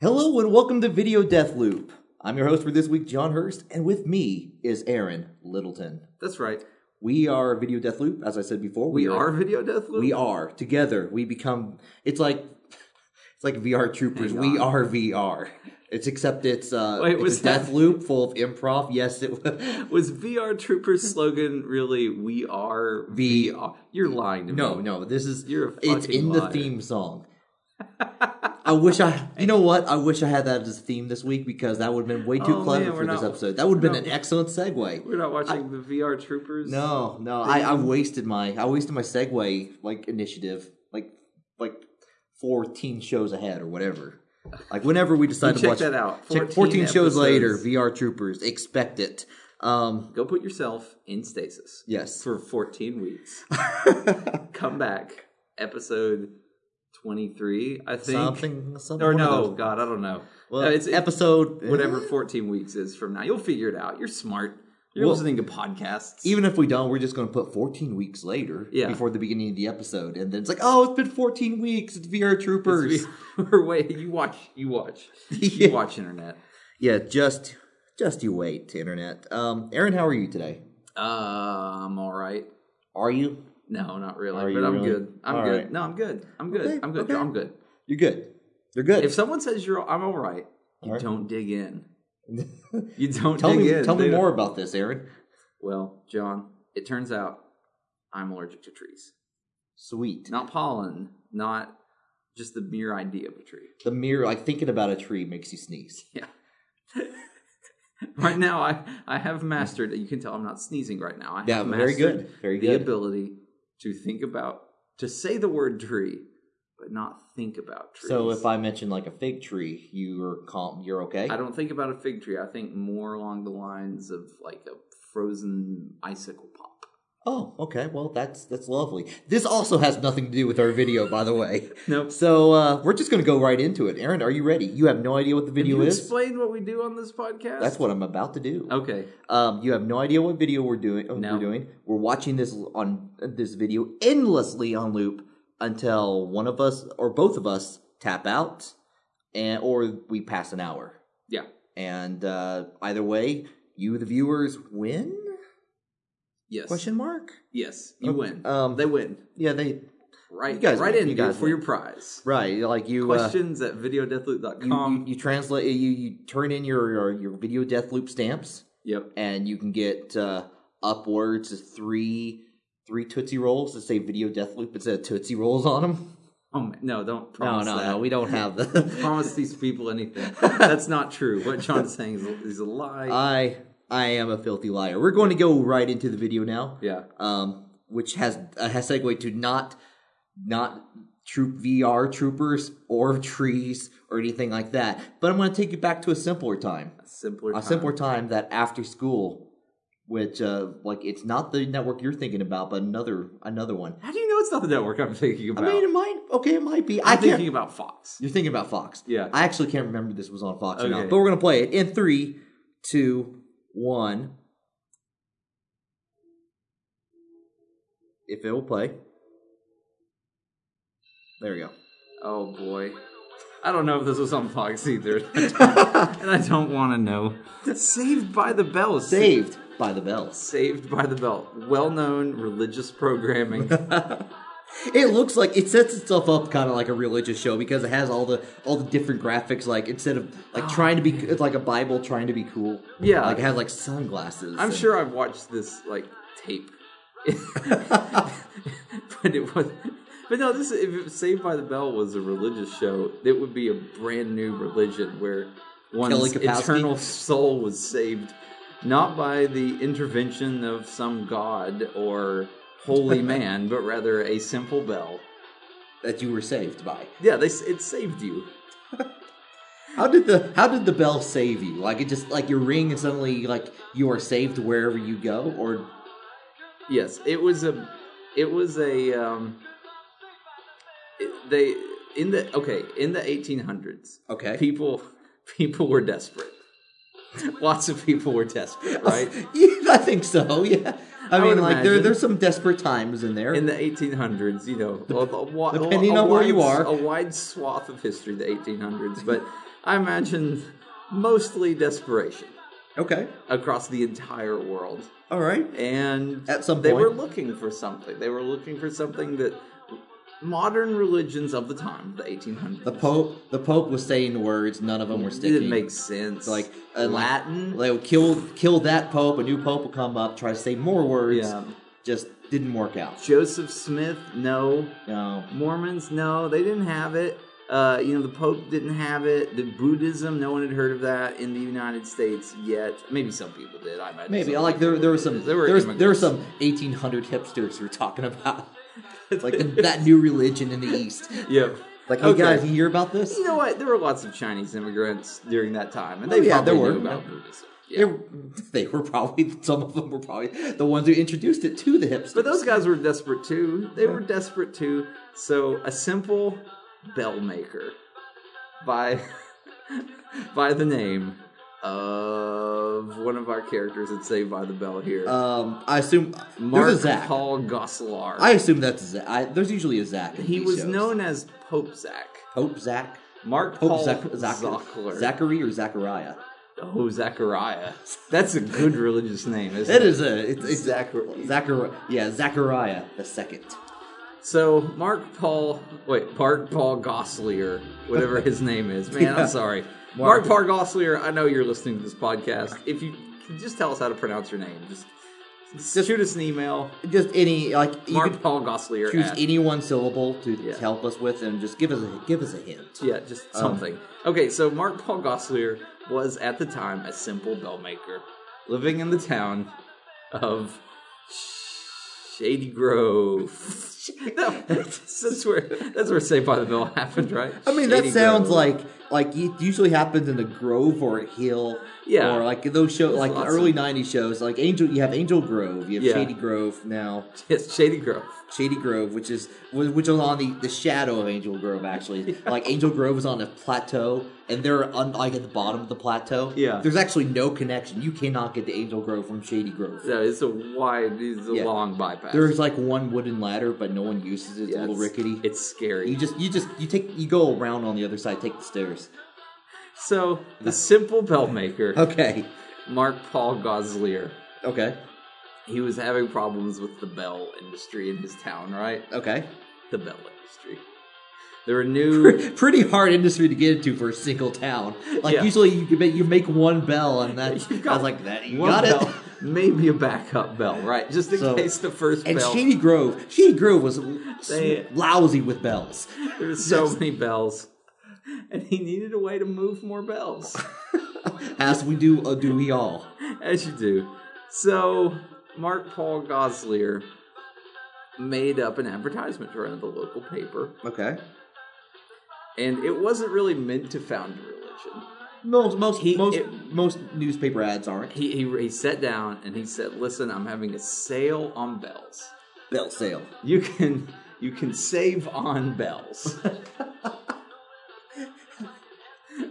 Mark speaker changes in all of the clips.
Speaker 1: Hello and welcome to Video Death Loop. I'm your host for this week, John Hurst, and with me is Aaron Littleton.
Speaker 2: That's right.
Speaker 1: We are Video Death Loop, as I said before.
Speaker 2: We are video death loop.
Speaker 1: We are together. We become. It's like it's like VR Troopers. We are VR. It's except it's uh,
Speaker 2: Wait,
Speaker 1: it's
Speaker 2: was
Speaker 1: a
Speaker 2: that-
Speaker 1: death loop full of improv. Yes, it was.
Speaker 2: Was VR Trooper's slogan really "We are
Speaker 1: V-
Speaker 2: VR"? You're lying to
Speaker 1: No,
Speaker 2: me.
Speaker 1: no, this is
Speaker 2: You're a
Speaker 1: it's
Speaker 2: fucking
Speaker 1: in the
Speaker 2: liar.
Speaker 1: theme song. I wish I, you know what? I wish I had that as a theme this week because that would have been way too
Speaker 2: Oh,
Speaker 1: clever
Speaker 2: man,
Speaker 1: for
Speaker 2: we're
Speaker 1: this
Speaker 2: not-
Speaker 1: episode. That would have been an
Speaker 2: no.
Speaker 1: excellent segue.
Speaker 2: We're not watching the VR Troopers.
Speaker 1: No, no, I, I wasted my I wasted my segue like initiative like like fourteen shows ahead or whatever. Like whenever we decide
Speaker 2: You
Speaker 1: to
Speaker 2: check
Speaker 1: watch
Speaker 2: that out.
Speaker 1: check
Speaker 2: 14
Speaker 1: fourteen shows later.
Speaker 2: episodes.
Speaker 1: VR Troopers, expect it. Um,
Speaker 2: Go put yourself in stasis
Speaker 1: yes,
Speaker 2: for 14 weeks. Come back, episode 23, I think.
Speaker 1: something, something.
Speaker 2: Or
Speaker 1: one of
Speaker 2: no,
Speaker 1: those.
Speaker 2: God, I don't know.
Speaker 1: well,
Speaker 2: No,
Speaker 1: it's
Speaker 2: it's it-
Speaker 1: episode eh,
Speaker 2: whatever 14 weeks is from now. You'll figure it out. You're smart. You're
Speaker 1: Well,
Speaker 2: listening to podcasts.
Speaker 1: Even if we don't, we're just going to put 14 weeks later
Speaker 2: Yeah.
Speaker 1: before the beginning of the episode, and then it's like, oh, it's been 14 weeks. It's VR Troopers.
Speaker 2: It's VR. Wait, you watch. You watch.
Speaker 1: Yeah.
Speaker 2: You watch internet.
Speaker 1: yeah, just just you wait, internet. Um, Aaron, how are you today?
Speaker 2: Um, all right.
Speaker 1: Are you?
Speaker 2: No, not
Speaker 1: Are
Speaker 2: really.
Speaker 1: you
Speaker 2: But I'm
Speaker 1: really?
Speaker 2: good. I'm
Speaker 1: All
Speaker 2: good.
Speaker 1: right.
Speaker 2: No, I'm good. I'm good.
Speaker 1: Okay,
Speaker 2: I'm good.
Speaker 1: okay.
Speaker 2: I'm good.
Speaker 1: You're good. You're good.
Speaker 2: If someone says you're, I'm all right. You
Speaker 1: All right.
Speaker 2: don't dig in. You don't
Speaker 1: tell
Speaker 2: dig
Speaker 1: me,
Speaker 2: in.
Speaker 1: tell me
Speaker 2: dude.
Speaker 1: more about this, Aaron.
Speaker 2: Well, John, it turns out I'm allergic to trees.
Speaker 1: Sweet.
Speaker 2: Not pollen. Not just the mere idea of a tree.
Speaker 1: The mere like thinking about a tree makes you sneeze.
Speaker 2: Yeah. right now, I I have mastered. You can tell I'm not sneezing right now. I
Speaker 1: Yeah,
Speaker 2: have
Speaker 1: very
Speaker 2: mastered
Speaker 1: good. Very
Speaker 2: the
Speaker 1: good.
Speaker 2: ability to think about to say the word tree, but not think about trees.
Speaker 1: So if I mention like a fig tree, you're calm. You're okay.
Speaker 2: I don't think about a fig tree, I think more along the lines of like a frozen icicle pop.
Speaker 1: Oh, okay. Well, that's that's lovely. This also has nothing to do with our video, by the way.
Speaker 2: Nope.
Speaker 1: So uh, we're just going to go right into it. Aaron, are you ready? You have no idea what the
Speaker 2: Can
Speaker 1: video
Speaker 2: you
Speaker 1: is.
Speaker 2: explain what we do on this podcast?
Speaker 1: That's what I'm about to do.
Speaker 2: Okay.
Speaker 1: Um, you have no idea what video we're doing. uh,
Speaker 2: No.
Speaker 1: We're doing. We're watching this on this video endlessly on loop until one of us or both of us tap out, and or we pass an hour.
Speaker 2: Yeah.
Speaker 1: And uh, either way, you the viewers win?
Speaker 2: Yes.
Speaker 1: Question mark.
Speaker 2: Yes. You
Speaker 1: Okay,
Speaker 2: win.
Speaker 1: um,
Speaker 2: they win.
Speaker 1: Yeah, they
Speaker 2: Right.
Speaker 1: you guys
Speaker 2: right
Speaker 1: win,
Speaker 2: in
Speaker 1: you
Speaker 2: dude,
Speaker 1: guys
Speaker 2: for
Speaker 1: win.
Speaker 2: your prize.
Speaker 1: right like you. uh,
Speaker 2: Questions at
Speaker 1: you, you,
Speaker 2: videodeathloop.com.
Speaker 1: you translate you you turn in your, your your video death loop stamps
Speaker 2: yep.
Speaker 1: and you can get uh, upwards of three three tootsie rolls that say video death loop instead of tootsie rolls on them
Speaker 2: Oh man, no, don't
Speaker 1: no
Speaker 2: promise
Speaker 1: no
Speaker 2: that.
Speaker 1: no we don't have that
Speaker 2: promise these people anything. That's not true. What John's saying is, is a lie.
Speaker 1: i i am a filthy liar we're going to go right into the video now
Speaker 2: yeah.
Speaker 1: um which has uh, has segue to not not troop vr troopers or trees or anything like that but i'm going to take you back to a simpler time
Speaker 2: A simpler
Speaker 1: a
Speaker 2: time.
Speaker 1: simpler time that after school which uh like it's not the network you're thinking about but another another one
Speaker 2: How do you know it's not the network I'm
Speaker 1: i
Speaker 2: thinking about?
Speaker 1: mean it might okay it might be i
Speaker 2: I'm
Speaker 1: can't
Speaker 2: thinking about Fox.
Speaker 1: you're thinking about fox
Speaker 2: Yeah.
Speaker 1: i actually can't remember this was on fox or not
Speaker 2: Okay.
Speaker 1: but we're gonna play it in three two one if it will play there we go
Speaker 2: Oh boy. I don't know if this was on Fox either. and
Speaker 1: Saved.
Speaker 2: I don't want to know. Saved by the Bell. is-
Speaker 1: saved by the bells
Speaker 2: Saved by the Bell. Well known religious programming.
Speaker 1: It looks like it sets itself up kind of like a religious show because it has all the all the different graphics. Like instead of like trying to be, it's like a Bible trying to be cool.
Speaker 2: Yeah.
Speaker 1: like it has like sunglasses.
Speaker 2: I'm
Speaker 1: and-
Speaker 2: sure I've watched this like tape, but it was. But no, this if it, Saved by the Bell was a religious show, it would be a brand new religion where
Speaker 1: Kelly
Speaker 2: one's
Speaker 1: Kapowski?
Speaker 2: eternal soul was saved not by the intervention of some god or holy man, but rather a simple bell.
Speaker 1: that you were saved by.
Speaker 2: Yeah, they s- it saved you.
Speaker 1: How did the how did the bell save you? Like it just like your ring and suddenly like you are saved wherever you go. Or
Speaker 2: Yes, it was a, it was a, um, it- they in the okay in the 1800s.
Speaker 1: okay,
Speaker 2: People, people were desperate. Lots of people were
Speaker 1: Oh.
Speaker 2: desperate, right?
Speaker 1: yeah, I think so. Yeah, I,
Speaker 2: I would
Speaker 1: mean like there,
Speaker 2: imagine.
Speaker 1: there's some desperate times in there.
Speaker 2: In the 1800s, you know, a, a, wi-
Speaker 1: Depending
Speaker 2: a
Speaker 1: on where you
Speaker 2: wide-
Speaker 1: are.
Speaker 2: a wide swath of history, the 1800s, but I imagine mostly desperation
Speaker 1: Okay.
Speaker 2: across the entire world.
Speaker 1: All right.
Speaker 2: And
Speaker 1: At some
Speaker 2: they
Speaker 1: point.
Speaker 2: were looking for something. They were looking for something that modern religions of the time, the 1800s,
Speaker 1: The Pope. The Pope was saying words. None of them were sticking.
Speaker 2: didn't make sense.
Speaker 1: like uh,
Speaker 2: Latin,
Speaker 1: They'll kill kill that pope. A new pope will come up, try to say more words.
Speaker 2: Yeah.
Speaker 1: Just didn't work out.
Speaker 2: Joseph Smith, no.
Speaker 1: No.
Speaker 2: Mormons, no, they didn't have it. Uh, you know, the Pope didn't have it. The Buddhism, no one had heard of that in the United States yet. Maybe some people did. I imagine
Speaker 1: Maybe I
Speaker 2: some
Speaker 1: like there there were some
Speaker 2: There were
Speaker 1: there was, there were
Speaker 2: immigrants.
Speaker 1: some eighteen hundred hipsters who were talking about like that new religion in the East.
Speaker 2: Yep.
Speaker 1: Like, hey
Speaker 2: Okay.
Speaker 1: guys, you hear about this?
Speaker 2: You know what? There were lots of Chinese immigrants during that time, and
Speaker 1: Oh,
Speaker 2: they
Speaker 1: yeah,
Speaker 2: probably
Speaker 1: there were.
Speaker 2: knew about Buddhism. Yeah.
Speaker 1: They were- They were probably some of them were probably the ones who introduced it to the hipsters.
Speaker 2: But those guys were desperate too. They were desperate too. So a simple bell maker by by the name of one of our characters that's saved by the bell here.
Speaker 1: um, I assume there's
Speaker 2: Mark
Speaker 1: a Zach.
Speaker 2: Paul Gosselaar.
Speaker 1: I assume that's a Zach. I, there's usually a Zach. in
Speaker 2: he
Speaker 1: these
Speaker 2: was
Speaker 1: shows.
Speaker 2: known as Pope Zach.
Speaker 1: Pope Zach.
Speaker 2: Mark
Speaker 1: Pope
Speaker 2: Paul
Speaker 1: Zach, Zach,
Speaker 2: Zockler.
Speaker 1: Zachary or Zachariah.
Speaker 2: oh, Zachariah. That's a good religious name, isn't
Speaker 1: It
Speaker 2: it?
Speaker 1: is a it's, it's
Speaker 2: Zachary.
Speaker 1: Zachari- yeah Zachariah the second.
Speaker 2: So Mark Paul, wait, Mark Paul Gosselier, whatever his name is. Man,
Speaker 1: Yeah.
Speaker 2: I'm sorry,
Speaker 1: Mark.
Speaker 2: Mark. Paul Gosselier. I know you're listening to this podcast. If you can just tell us how to pronounce your name, just, just shoot us an email.
Speaker 1: Just any like you
Speaker 2: Mark
Speaker 1: could
Speaker 2: Paul Gosselier.
Speaker 1: choose
Speaker 2: at-
Speaker 1: any one syllable to
Speaker 2: Yeah.
Speaker 1: help us with, and just give us a give us a hint.
Speaker 2: Yeah,
Speaker 1: Um,
Speaker 2: just something. okay, so Mark Paul Gosselier was at the time a simple bellmaker living in the town of Shady Grove. No, that's where that's where Saved by the Bell happened, right?
Speaker 1: I mean
Speaker 2: Shady
Speaker 1: that sounds
Speaker 2: Grove.
Speaker 1: like like it usually happens in a grove or a hill.
Speaker 2: Yeah.
Speaker 1: or like those show like the
Speaker 2: lots
Speaker 1: early
Speaker 2: of-
Speaker 1: '90s shows, like Angel. You have Angel Grove, you have
Speaker 2: Yeah.
Speaker 1: Shady Grove now.
Speaker 2: yes, Shady Grove.
Speaker 1: Shady Grove, which is which was on the, the shadow of Angel Grove, actually. Like Angel Grove is on a plateau, and they're un, like at the bottom of the plateau.
Speaker 2: Yeah.
Speaker 1: there's actually no connection. You cannot get to Angel Grove from Shady Grove.
Speaker 2: No, it's a wide, it's a
Speaker 1: Yeah.
Speaker 2: long bypass.
Speaker 1: There's like one wooden ladder, but no one uses it. It's
Speaker 2: Yeah,
Speaker 1: a little
Speaker 2: it's-
Speaker 1: rickety.
Speaker 2: It's scary.
Speaker 1: you just you just you take you go around on the other side, take the stairs.
Speaker 2: so the simple bellmaker,
Speaker 1: Okay,
Speaker 2: Mark Paul Gosselier,
Speaker 1: okay,
Speaker 2: he was having problems with the bell industry in his town, right?
Speaker 1: okay.
Speaker 2: the bell industry. There were new.
Speaker 1: Pretty hard industry to get into for a single town. Like
Speaker 2: Yeah.
Speaker 1: usually you can make, you make one bell, and that's
Speaker 2: You've
Speaker 1: I
Speaker 2: got
Speaker 1: was like that. You
Speaker 2: one
Speaker 1: got it.
Speaker 2: bell, maybe a backup bell, right? Just in
Speaker 1: So-
Speaker 2: case the first
Speaker 1: And
Speaker 2: bell.
Speaker 1: Shady Grove, Shady Grove was
Speaker 2: They-
Speaker 1: lousy with bells.
Speaker 2: there were so many bells, and he needed a way to move more bells,
Speaker 1: As we do, uh, do we all?
Speaker 2: as you do. So Mark Paul Goslier made up an advertisement for the local paper,
Speaker 1: Okay.
Speaker 2: and it wasn't really meant to found a religion.
Speaker 1: Most most
Speaker 2: He-
Speaker 1: most
Speaker 2: it-
Speaker 1: most newspaper ads aren't
Speaker 2: He, he he sat down and he said, "Listen, I'm having a sale on bells."
Speaker 1: bell sale.
Speaker 2: you can you can save on bells.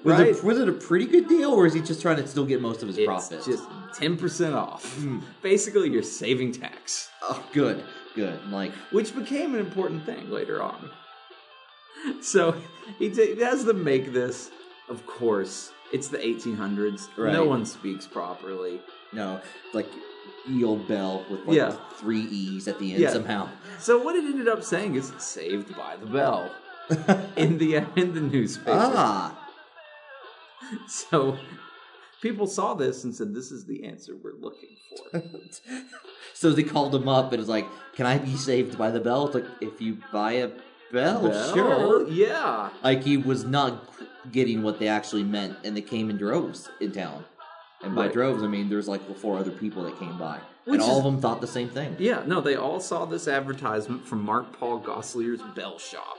Speaker 1: Was,
Speaker 2: right?
Speaker 1: it, was it a pretty good deal, or is he just trying to still get most of his
Speaker 2: it's
Speaker 1: profit? Hmm.
Speaker 2: just ten percent off. Basically, you're saving tax,
Speaker 1: oh, good, good. Like
Speaker 2: which became an important thing later on. So he, ta- he has them make this. Of course, it's the 1800s.
Speaker 1: Right.
Speaker 2: No one speaks properly.
Speaker 1: no, like E old bell with like
Speaker 2: Yeah.
Speaker 1: three E's at the end
Speaker 2: Yeah.
Speaker 1: somehow.
Speaker 2: So what it ended up saying is "saved by the bell" in the in the newspaper.
Speaker 1: ah,
Speaker 2: So people saw this and said, "This is the answer we're looking for."
Speaker 1: so they called him up and it's like, "Can I be saved by the bell?" It's like if you buy a bell,
Speaker 2: Well,
Speaker 1: Oh, sure.
Speaker 2: Yeah.
Speaker 1: Like he was not getting what they actually meant, and they came in droves in town. And by
Speaker 2: Right.
Speaker 1: droves, I mean there's like four other people that came by,
Speaker 2: Which
Speaker 1: and all
Speaker 2: is-
Speaker 1: of them thought the same thing.
Speaker 2: Yeah, no, they all saw this advertisement from Mark Paul Goslier's Bell Shop.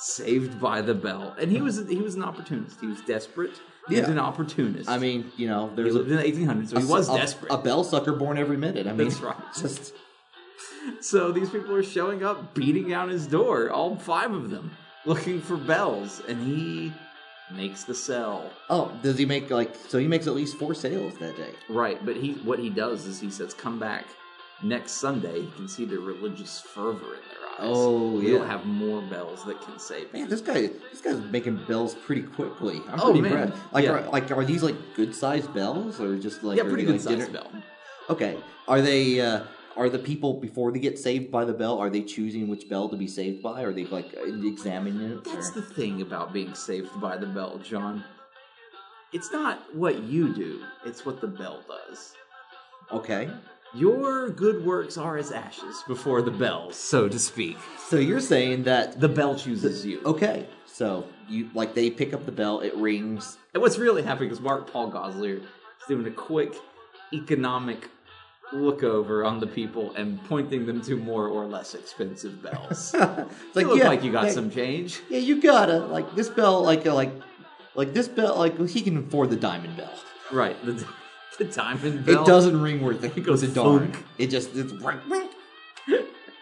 Speaker 2: Saved by the Bell. And he was he was an opportunist. He was desperate. He was
Speaker 1: Yeah.
Speaker 2: an opportunist.
Speaker 1: I mean, you know,
Speaker 2: he
Speaker 1: there's
Speaker 2: lived
Speaker 1: a,
Speaker 2: in the 1800s, so he was
Speaker 1: a-
Speaker 2: desperate.
Speaker 1: A bell sucker born every minute. I mean,
Speaker 2: That's right.
Speaker 1: Just
Speaker 2: so these people are showing up, beating down his door, all five of them, looking for bells, and he makes the sell.
Speaker 1: oh, does he make like so? He makes at least four sales that day.
Speaker 2: Right, but he what he does is he says, "Come back next Sunday, you can see the religious fervor in their eyes.
Speaker 1: Oh,
Speaker 2: We'll
Speaker 1: yeah.
Speaker 2: have more bells that can save
Speaker 1: Man, this guy, this guy's making bells pretty quickly. I'm
Speaker 2: Oh,
Speaker 1: pretty
Speaker 2: man.
Speaker 1: impressed. Like,
Speaker 2: Yeah.
Speaker 1: are, like, are these like good sized bells, or just like
Speaker 2: yeah,
Speaker 1: are
Speaker 2: pretty
Speaker 1: they,
Speaker 2: good
Speaker 1: like, dinner-
Speaker 2: sized bell.
Speaker 1: Okay, are they? Uh, are the people before they get saved by the bell? Are they choosing which bell to be saved by? Are they like examining it?
Speaker 2: That's
Speaker 1: or-
Speaker 2: the thing about being saved by the bell, John. It's not what you do, it's what the bell does.
Speaker 1: okay.
Speaker 2: Your good works are as ashes before the bell, so to speak.
Speaker 1: So you're saying that
Speaker 2: The bell chooses you.
Speaker 1: Okay, so you like they pick up the bell, it rings.
Speaker 2: And what's really happening is Mark Paul Goslier is doing a quick economic look over on the people and pointing them to more or less expensive
Speaker 1: it's
Speaker 2: bells.
Speaker 1: like
Speaker 2: you look
Speaker 1: yeah,
Speaker 2: like you got
Speaker 1: yeah,
Speaker 2: some change.
Speaker 1: Yeah, you gotta like this bell, like uh, like like this bell, like he can afford the diamond bell.
Speaker 2: Right, the, the diamond bell.
Speaker 1: It doesn't ring worth it. It goes a darn.
Speaker 2: Thunk.
Speaker 1: It just it's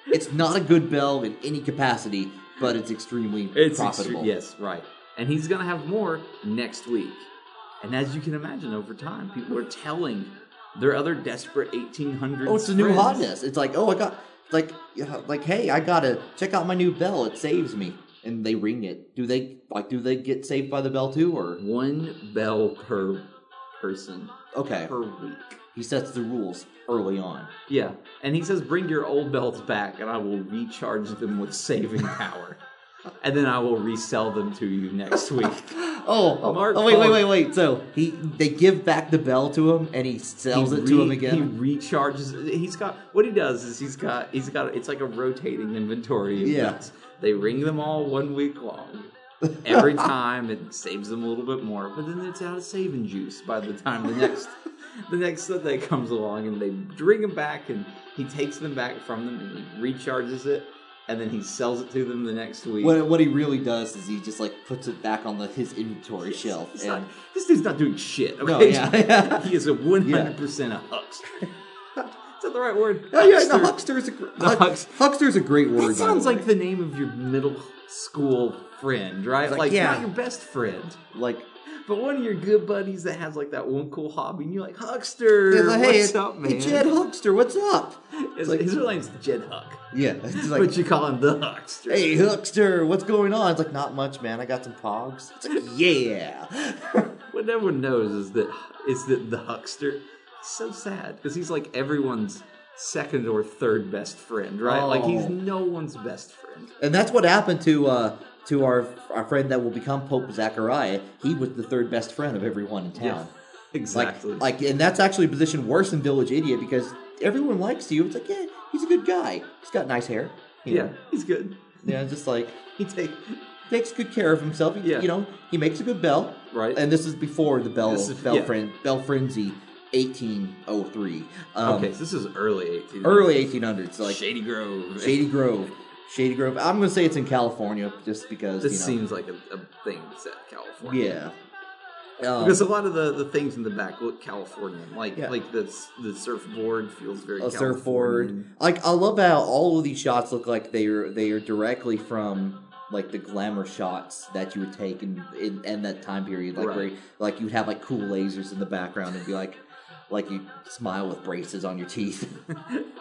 Speaker 1: it's not a good bell in any capacity, but it's extremely
Speaker 2: It's
Speaker 1: profitable.
Speaker 2: extre- yes, right. And he's going to have more next week. And as you can imagine, over time, people are telling their other desperate 1800s.
Speaker 1: Oh, it's a new
Speaker 2: friends.
Speaker 1: hotness. It's like oh, I got like yeah, like hey, I gotta check out my new bell. It saves me, and they ring it. Do they like do they get saved by the bell too, or
Speaker 2: One bell per person
Speaker 1: okay?
Speaker 2: per week.
Speaker 1: He sets the rules early on.
Speaker 2: Yeah. And he says, Bring your old belts back, and I will recharge them with saving power. and then I will resell them to you next week.
Speaker 1: Oh, oh,
Speaker 2: Mark
Speaker 1: oh, wait, wait,
Speaker 2: Paul-
Speaker 1: wait, wait. So he they give back the bell to him, and he sells it to
Speaker 2: re-
Speaker 1: him again.
Speaker 2: He recharges. He's got what he does is he's got he's got it's like a rotating inventory. of
Speaker 1: Yeah.
Speaker 2: belts. they ring them all one week long. Every time it saves them a little bit more, but then it's out of saving juice by the time the next the next Sunday comes along, and they bring them back, and he takes them back from them, and he recharges it, and then he sells it to them the next week.
Speaker 1: what what he really does is he just like puts it back on the, his inventory shelf.
Speaker 2: He's
Speaker 1: and,
Speaker 2: not- this dude's not doing shit. Okay?
Speaker 1: No, yeah, yeah.
Speaker 2: he is a one hundred percent a huckster. is that the right word?
Speaker 1: Oh, yeah,
Speaker 2: Huckster.
Speaker 1: no, huckster is a gr-
Speaker 2: The
Speaker 1: huck-
Speaker 2: hucks-
Speaker 1: huckster is a great word. by
Speaker 2: That sounds
Speaker 1: the way.
Speaker 2: like the name of your middle school friend, right?
Speaker 1: like,
Speaker 2: Like,
Speaker 1: yeah.
Speaker 2: not your best friend,
Speaker 1: like
Speaker 2: but one of your good buddies that has like that one cool hobby, and you're like, Huckster,
Speaker 1: it's like, hey,
Speaker 2: what's
Speaker 1: it's-
Speaker 2: up, man?
Speaker 1: hey, Jed Huckster, what's up?
Speaker 2: His, his real name's Jed Huck,
Speaker 1: Yeah, it's like
Speaker 2: but you call him the Huckster.
Speaker 1: hey Huckster, what's going on? It's like not much, man. I got some pogs. It's like yeah.
Speaker 2: What everyone knows is that is that the huckster is so sad because he's like everyone's second or third best friend, right? Like he's
Speaker 1: Oh.
Speaker 2: no one's best friend.
Speaker 1: And that's what happened to uh, to our our friend that will become Pope Zachariah. He was the third best friend of everyone in town. Like,
Speaker 2: exactly.
Speaker 1: like, and that's actually a position worse than Village Idiot because everyone likes you. It's like, yeah, he's a good guy. He's got nice hair. you
Speaker 2: yeah,
Speaker 1: know.
Speaker 2: he's good.
Speaker 1: yeah. Just like
Speaker 2: He take
Speaker 1: takes good care of himself. He-
Speaker 2: Yeah.
Speaker 1: you know, he makes a good bell.
Speaker 2: right.
Speaker 1: And this is before the bell
Speaker 2: This is-
Speaker 1: bell
Speaker 2: yeah.
Speaker 1: fren- bell frenzy, eighteen oh three. Um,
Speaker 2: okay, so this is early 1800s.
Speaker 1: early eighteen hundreds. Like
Speaker 2: Shady Grove.
Speaker 1: Shady Grove. Shady Grove. I'm gonna say it's in California just because
Speaker 2: This
Speaker 1: you know,
Speaker 2: seems like a, a thing set California.
Speaker 1: Yeah. Um,
Speaker 2: Because a lot of the, the things in the back look Californian, like
Speaker 1: Yeah.
Speaker 2: like the s- the surfboard feels very
Speaker 1: a
Speaker 2: Californian.
Speaker 1: surfboard. Like I love how all of these shots look like they are they are directly from like the glamour shots that you would take in in, in that time period. Like where
Speaker 2: Right.
Speaker 1: like you'd have like cool lasers in the background and be like like you smile with braces on your teeth.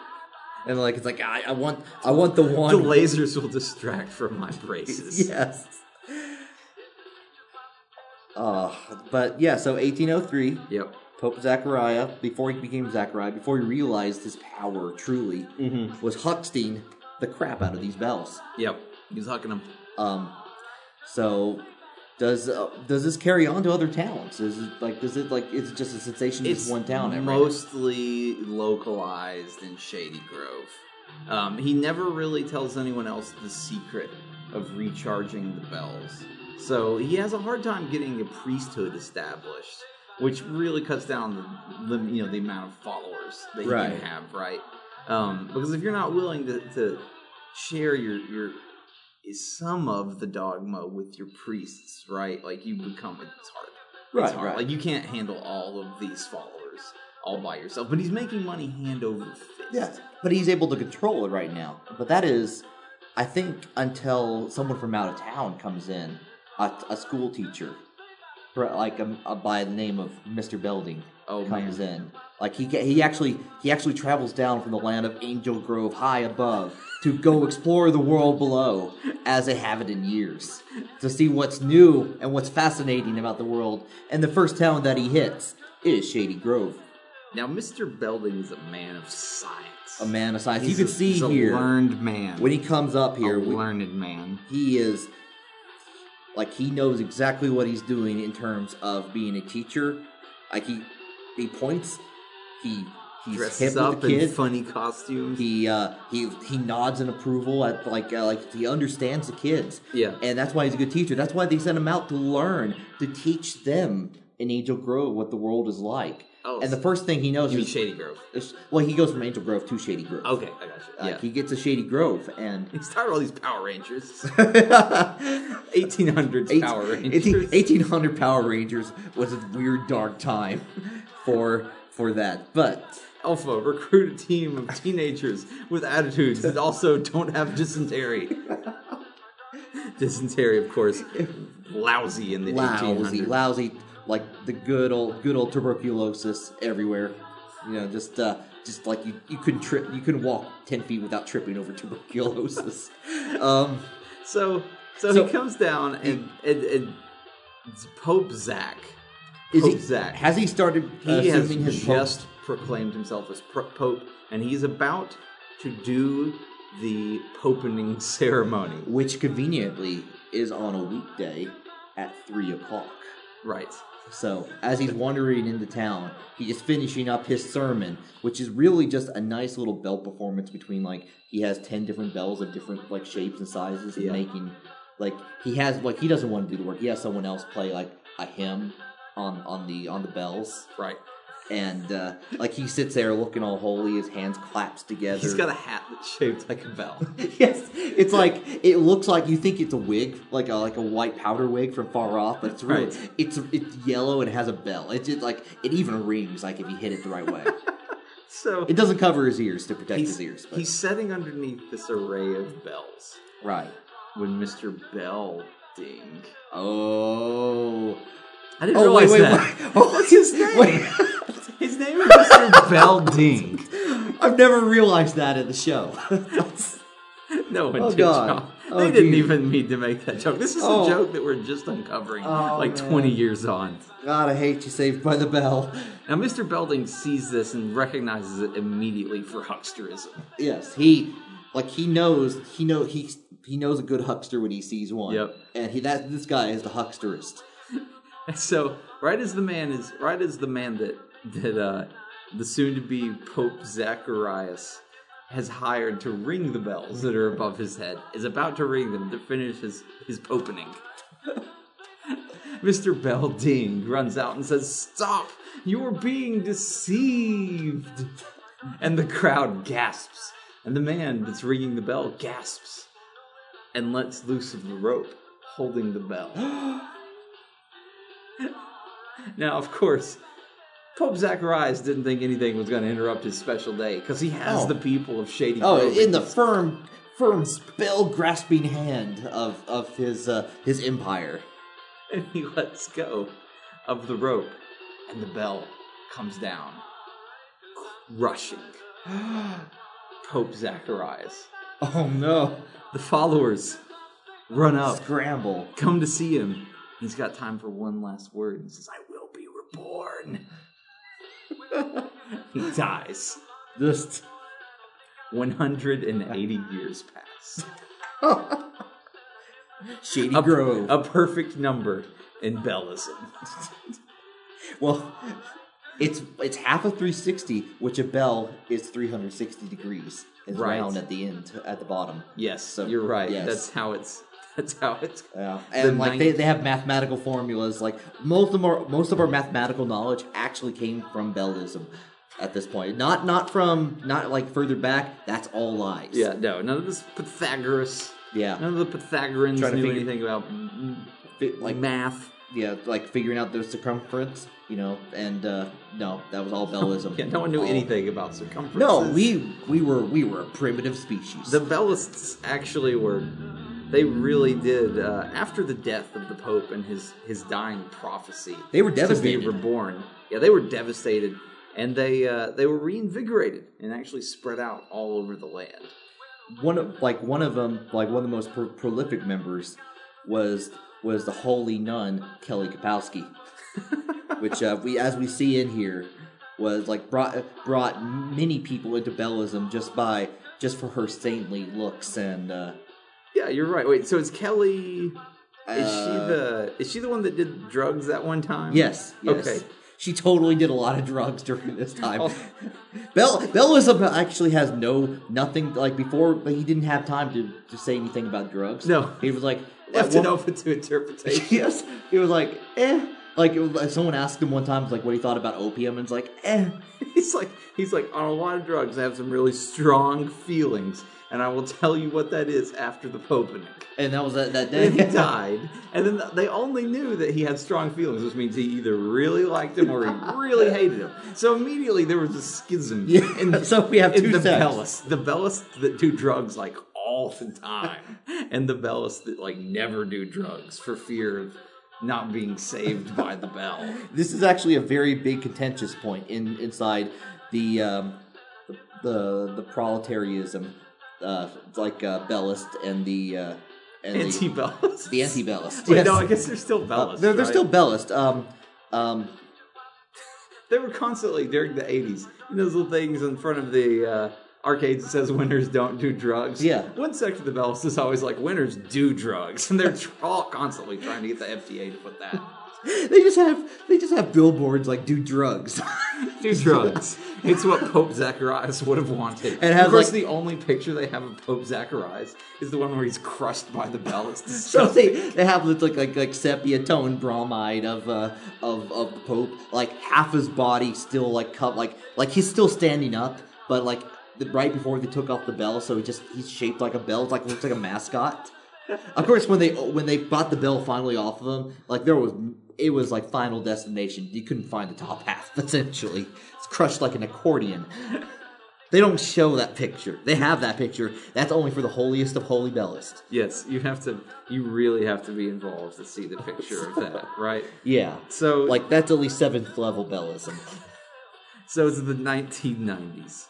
Speaker 1: and like it's like I, I want I want the
Speaker 2: The
Speaker 1: one
Speaker 2: lasers will distract from my braces.
Speaker 1: Yes. Uh, but yeah, so 1803,
Speaker 2: Yep.
Speaker 1: Pope Zachariah, before he became Zachariah, before he realized his power truly,
Speaker 2: Mm-hmm.
Speaker 1: was huxting the crap out of these bells.
Speaker 2: Yep, he's hucking them.
Speaker 1: Um, so does uh, does this carry on to other towns? Is it, like does it like is it just a sensation in this one town? every-
Speaker 2: mostly localized in Shady Grove. Um, he never really tells anyone else the secret of recharging the bells, so he has a hard time getting a priesthood established, which really cuts down the, the you know the amount of followers that he
Speaker 1: Right.
Speaker 2: can have, right? Um, because if you're not willing to, to share your your is some of the dogma with your priests, right? Like you become it's hard.
Speaker 1: Right,
Speaker 2: it's hard.
Speaker 1: right.
Speaker 2: Like you can't handle all of these followers all by yourself. But he's making money hand over fist.
Speaker 1: Yes, but he's able to control it right now. But that is, I think, until someone from out of town comes in, a, a school teacher, for- like a, a- by the name of Mister Belding,
Speaker 2: Oh
Speaker 1: comes
Speaker 2: man.
Speaker 1: in, Like he ca- he actually he actually travels down from the land of Angel Grove high above to go explore the world below as they haven't in years to see what's new and what's fascinating about the world. And the first town that he hits is Shady Grove,
Speaker 2: Now, Mr. Belding is a man of science.
Speaker 1: a man of science. You
Speaker 2: He's
Speaker 1: can
Speaker 2: a-
Speaker 1: see
Speaker 2: he's
Speaker 1: here
Speaker 2: a learned man.
Speaker 1: when he comes up
Speaker 2: a
Speaker 1: here, we-
Speaker 2: learned man.
Speaker 1: he is like he knows exactly what he's doing in terms of being a teacher. Like he he points, he he's hip
Speaker 2: Dresses
Speaker 1: with
Speaker 2: up
Speaker 1: the kids.
Speaker 2: in funny costumes.
Speaker 1: He uh, he he nods in approval at like uh, like he understands the kids,
Speaker 2: yeah.
Speaker 1: and that's why he's a good teacher. That's why they sent him out to learn to teach them in Angel Grove what the world is like.
Speaker 2: oh,
Speaker 1: And the first thing he knows
Speaker 2: you mean
Speaker 1: is
Speaker 2: Shady Grove.
Speaker 1: is- well, he goes from Angel Grove to Shady Grove.
Speaker 2: Okay, I got you.
Speaker 1: Like,
Speaker 2: Yeah.
Speaker 1: he gets a Shady Grove, and
Speaker 2: He's tired of all these Power Rangers. 1800s Power Rangers.
Speaker 1: Eighteen hundred Power Rangers was a weird dark time for for that, but.
Speaker 2: Alpha recruit a team of teenagers with attitudes that also don't have dysentery. dysentery, of course, lousy in the
Speaker 1: lousy,
Speaker 2: 1800s.
Speaker 1: lousy, like the good old, good old tuberculosis everywhere. You know, just, uh, just like you, you couldn't trip, you couldn't walk ten feet without tripping over tuberculosis. um,
Speaker 2: So, so,
Speaker 1: So-
Speaker 2: he comes down and, and, and it's Pope Zach.
Speaker 1: is
Speaker 2: Pope
Speaker 1: he,
Speaker 2: Zach.
Speaker 1: has he started
Speaker 2: he has
Speaker 1: assuming his pope-
Speaker 2: just proclaimed himself as pro- Pope, and he's about to do the popening ceremony.
Speaker 1: which conveniently is on a weekday at three o'clock.
Speaker 2: Right.
Speaker 1: So as he's wandering into town, he is finishing up his sermon, which is really just a nice little bell performance between like he has ten different bells of different like shapes and sizes and
Speaker 2: Yeah.
Speaker 1: making like he has like he doesn't want to do the work. He has someone else play like a hymn on on the on the bells,
Speaker 2: Right.
Speaker 1: and uh, like he sits there looking all holy, his hands claps together.
Speaker 2: He's got a hat that's shaped like a bell.
Speaker 1: Yes, it's like it looks like you think it's a wig, like a like a white powder wig from far off, but it's really
Speaker 2: Right.
Speaker 1: it's it's yellow and has a bell. It's just like it even rings, like if you hit it the right way.
Speaker 2: So
Speaker 1: it doesn't cover his ears to protect
Speaker 2: he's,
Speaker 1: his ears. But,
Speaker 2: he's setting underneath this array of bells
Speaker 1: right.
Speaker 2: when Mr. Bell ding.
Speaker 1: Oh.
Speaker 2: I didn't
Speaker 1: Oh
Speaker 2: realize
Speaker 1: wait, wait,
Speaker 2: that.
Speaker 1: wait. Oh,
Speaker 2: What's his name?
Speaker 1: wait.
Speaker 2: His name is Mr. Bell Ding.
Speaker 1: I've never realized that in the show.
Speaker 2: No one
Speaker 1: Oh,
Speaker 2: did.
Speaker 1: God.
Speaker 2: John.
Speaker 1: Oh,
Speaker 2: they didn't
Speaker 1: geez.
Speaker 2: even need to make that joke. This is
Speaker 1: Oh.
Speaker 2: a joke that we're just uncovering
Speaker 1: Oh,
Speaker 2: like
Speaker 1: man.
Speaker 2: 20 years on.
Speaker 1: God, I hate you, Saved by the Bell.
Speaker 2: Now, Mr. Belding sees this and recognizes it immediately for hucksterism.
Speaker 1: Yes, he like he knows he know he he knows a good huckster when he sees one.
Speaker 2: Yep.
Speaker 1: And he that this guy is the hucksterist.
Speaker 2: And so, right as the man is, right as the man that that uh, the soon-to-be Pope Zacharias has hired to ring the bells that are above his head is about to ring them to finish his his popening. Mr. Bell Ding runs out and says, "Stop! You're being deceived!" And the crowd gasps, and the man that's ringing the bell gasps and lets loose of the rope holding the bell. Now, of course, Pope Zacharias didn't think anything was going to interrupt his special day because he has
Speaker 1: Oh.
Speaker 2: the people of Shady
Speaker 1: Oh,
Speaker 2: Grove
Speaker 1: in the
Speaker 2: his-
Speaker 1: firm, firm, spell grasping hand of of his uh, his empire.
Speaker 2: and he lets go of the rope, and the bell comes down, crushing Pope Zacharias.
Speaker 1: Oh no!
Speaker 2: The followers run up,
Speaker 1: Scramble.
Speaker 2: come to see him. He's got time for one last word and says, "I will be reborn." he dies.
Speaker 1: Just.
Speaker 2: 180 years pass.
Speaker 1: Shady
Speaker 2: a,
Speaker 1: Grove.
Speaker 2: a perfect number in Bellism.
Speaker 1: Well, it's it's half of 360, which a bell is 360 degrees. It's
Speaker 2: Right.
Speaker 1: round at the end, at the bottom.
Speaker 2: Yes,
Speaker 1: So,
Speaker 2: you're right.
Speaker 1: yes.
Speaker 2: That's how it's. That's how it's.
Speaker 1: Yeah, and like
Speaker 2: ninth-
Speaker 1: they, they have mathematical formulas. Like most of our most of our mathematical knowledge actually came from Bellism at this point. Not not from not like further back. That's all lies.
Speaker 2: Yeah, no, none of this Pythagoras.
Speaker 1: yeah.
Speaker 2: None of the Pythagoreans
Speaker 1: Trying to
Speaker 2: knew
Speaker 1: figure-
Speaker 2: anything about mm,
Speaker 1: Fi- like
Speaker 2: math.
Speaker 1: yeah, like figuring out the circumference. You know, and uh, no, that was all Bellism.
Speaker 2: Yeah, no one knew
Speaker 1: All-
Speaker 2: anything about circumferences.
Speaker 1: Oh. No, we we were we were a primitive species.
Speaker 2: The Bellists actually were. They really did. Uh, after the death of the Pope and his his dying prophecy,
Speaker 1: They were
Speaker 2: to be
Speaker 1: devastated.
Speaker 2: reborn. Yeah, they were devastated. and they uh, they were reinvigorated and actually spread out all over the land.
Speaker 1: one of like one of them like one of the most pro- prolific members was was the holy nun Kelly Kapowski, which uh, we as we see in here was like brought brought many people into Bellism just by just for her saintly looks and uh,
Speaker 2: Yeah, you're right. Wait, so it's Kelly? Is
Speaker 1: uh,
Speaker 2: she the is she the one that did drugs that one time?
Speaker 1: yes yes.
Speaker 2: Okay.
Speaker 1: She totally did a lot of drugs during this time.
Speaker 2: Oh.
Speaker 1: Bell Bellism actually has no nothing like before, but he didn't have time to, to say anything about drugs.
Speaker 2: No.
Speaker 1: he was like
Speaker 2: Left
Speaker 1: at
Speaker 2: it
Speaker 1: one-
Speaker 2: open to interpretation.
Speaker 1: yes. He was like, eh. Like, it was, like, someone asked him one time, like, what he thought about opium, and it's like, eh.
Speaker 2: He's like he's like on a lot of drugs. I have some really strong feelings, and I will tell you what that is after the Popening.
Speaker 1: And that was that, that
Speaker 2: Then he
Speaker 1: day.
Speaker 2: died, and then they only knew that he had strong feelings, which means he either really liked him or he really hated him. So immediately there was a schism.
Speaker 1: Yeah, so we have
Speaker 2: in
Speaker 1: two
Speaker 2: the
Speaker 1: sects.
Speaker 2: Bellas, the Bellas that do drugs like all the time, and the Bellas that like never do drugs for fear of not being saved by the bell.
Speaker 1: This is actually a very big contentious point in inside the um, the the proletarianism, uh, like uh, Bellist and the uh, and
Speaker 2: Anti Bellas.
Speaker 1: the, the anti Bellist.
Speaker 2: Wait, no, I guess Uh, they're still Bellas.
Speaker 1: they're, they're
Speaker 2: right?
Speaker 1: still Bellist. Um, um,
Speaker 2: They were constantly during the 80s. You know, those little things in front of the uh, arcades that says winners don't do drugs.
Speaker 1: Yeah.
Speaker 2: One section of the Bellas is always like winners do drugs, and they're all constantly trying to get the FDA to put that.
Speaker 1: they just have they just have billboards like do drugs.
Speaker 2: Do drugs. it's what Pope Zacharias would have wanted.
Speaker 1: And
Speaker 2: of
Speaker 1: has,
Speaker 2: course,
Speaker 1: like-
Speaker 2: the only picture they have of Pope Zacharias is the one where he's crushed by the Bellas.
Speaker 1: So they, they have this like like like sepia tone bromide of uh of of the Pope, like half his body still like cut like like he's still standing up, but like the, right before they took off the bell, so he just he's shaped like a bell, it's like looks like a mascot. Of course, when they when they bought the bell finally off of him, like there was it was like Final Destination. You couldn't find the top half essentially. It's crushed like an accordion. They don't show that picture. They have that picture. That's only for the holiest of holy bellist.
Speaker 2: yes, you have to. You really have to be involved to see the picture of that, right?
Speaker 1: Yeah.
Speaker 2: So,
Speaker 1: Like that's at least seventh level bellism.
Speaker 2: So it's the 1990s,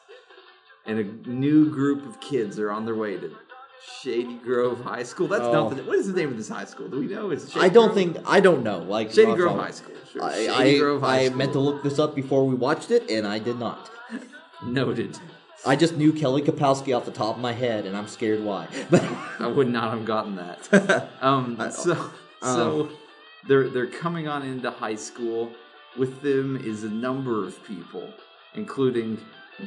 Speaker 2: and a new group of kids are on their way to Shady Grove High School. That's
Speaker 1: Oh.
Speaker 2: not the what is the name of this high school? Do we know? Is it Shady
Speaker 1: I don't
Speaker 2: Grove?
Speaker 1: think I don't know. Like
Speaker 2: Shady
Speaker 1: off-
Speaker 2: Grove
Speaker 1: off-
Speaker 2: High School. Sure.
Speaker 1: I,
Speaker 2: Shady
Speaker 1: I,
Speaker 2: Grove High
Speaker 1: I
Speaker 2: School.
Speaker 1: meant to look this up before we watched it, and I did not.
Speaker 2: Noted.
Speaker 1: I just knew Kelly Kapowski off the top of my head, and I'm scared why. But
Speaker 2: I would not have gotten that. Um, so, so
Speaker 1: Um.
Speaker 2: they're they're coming on into high school. With them is a number of people, including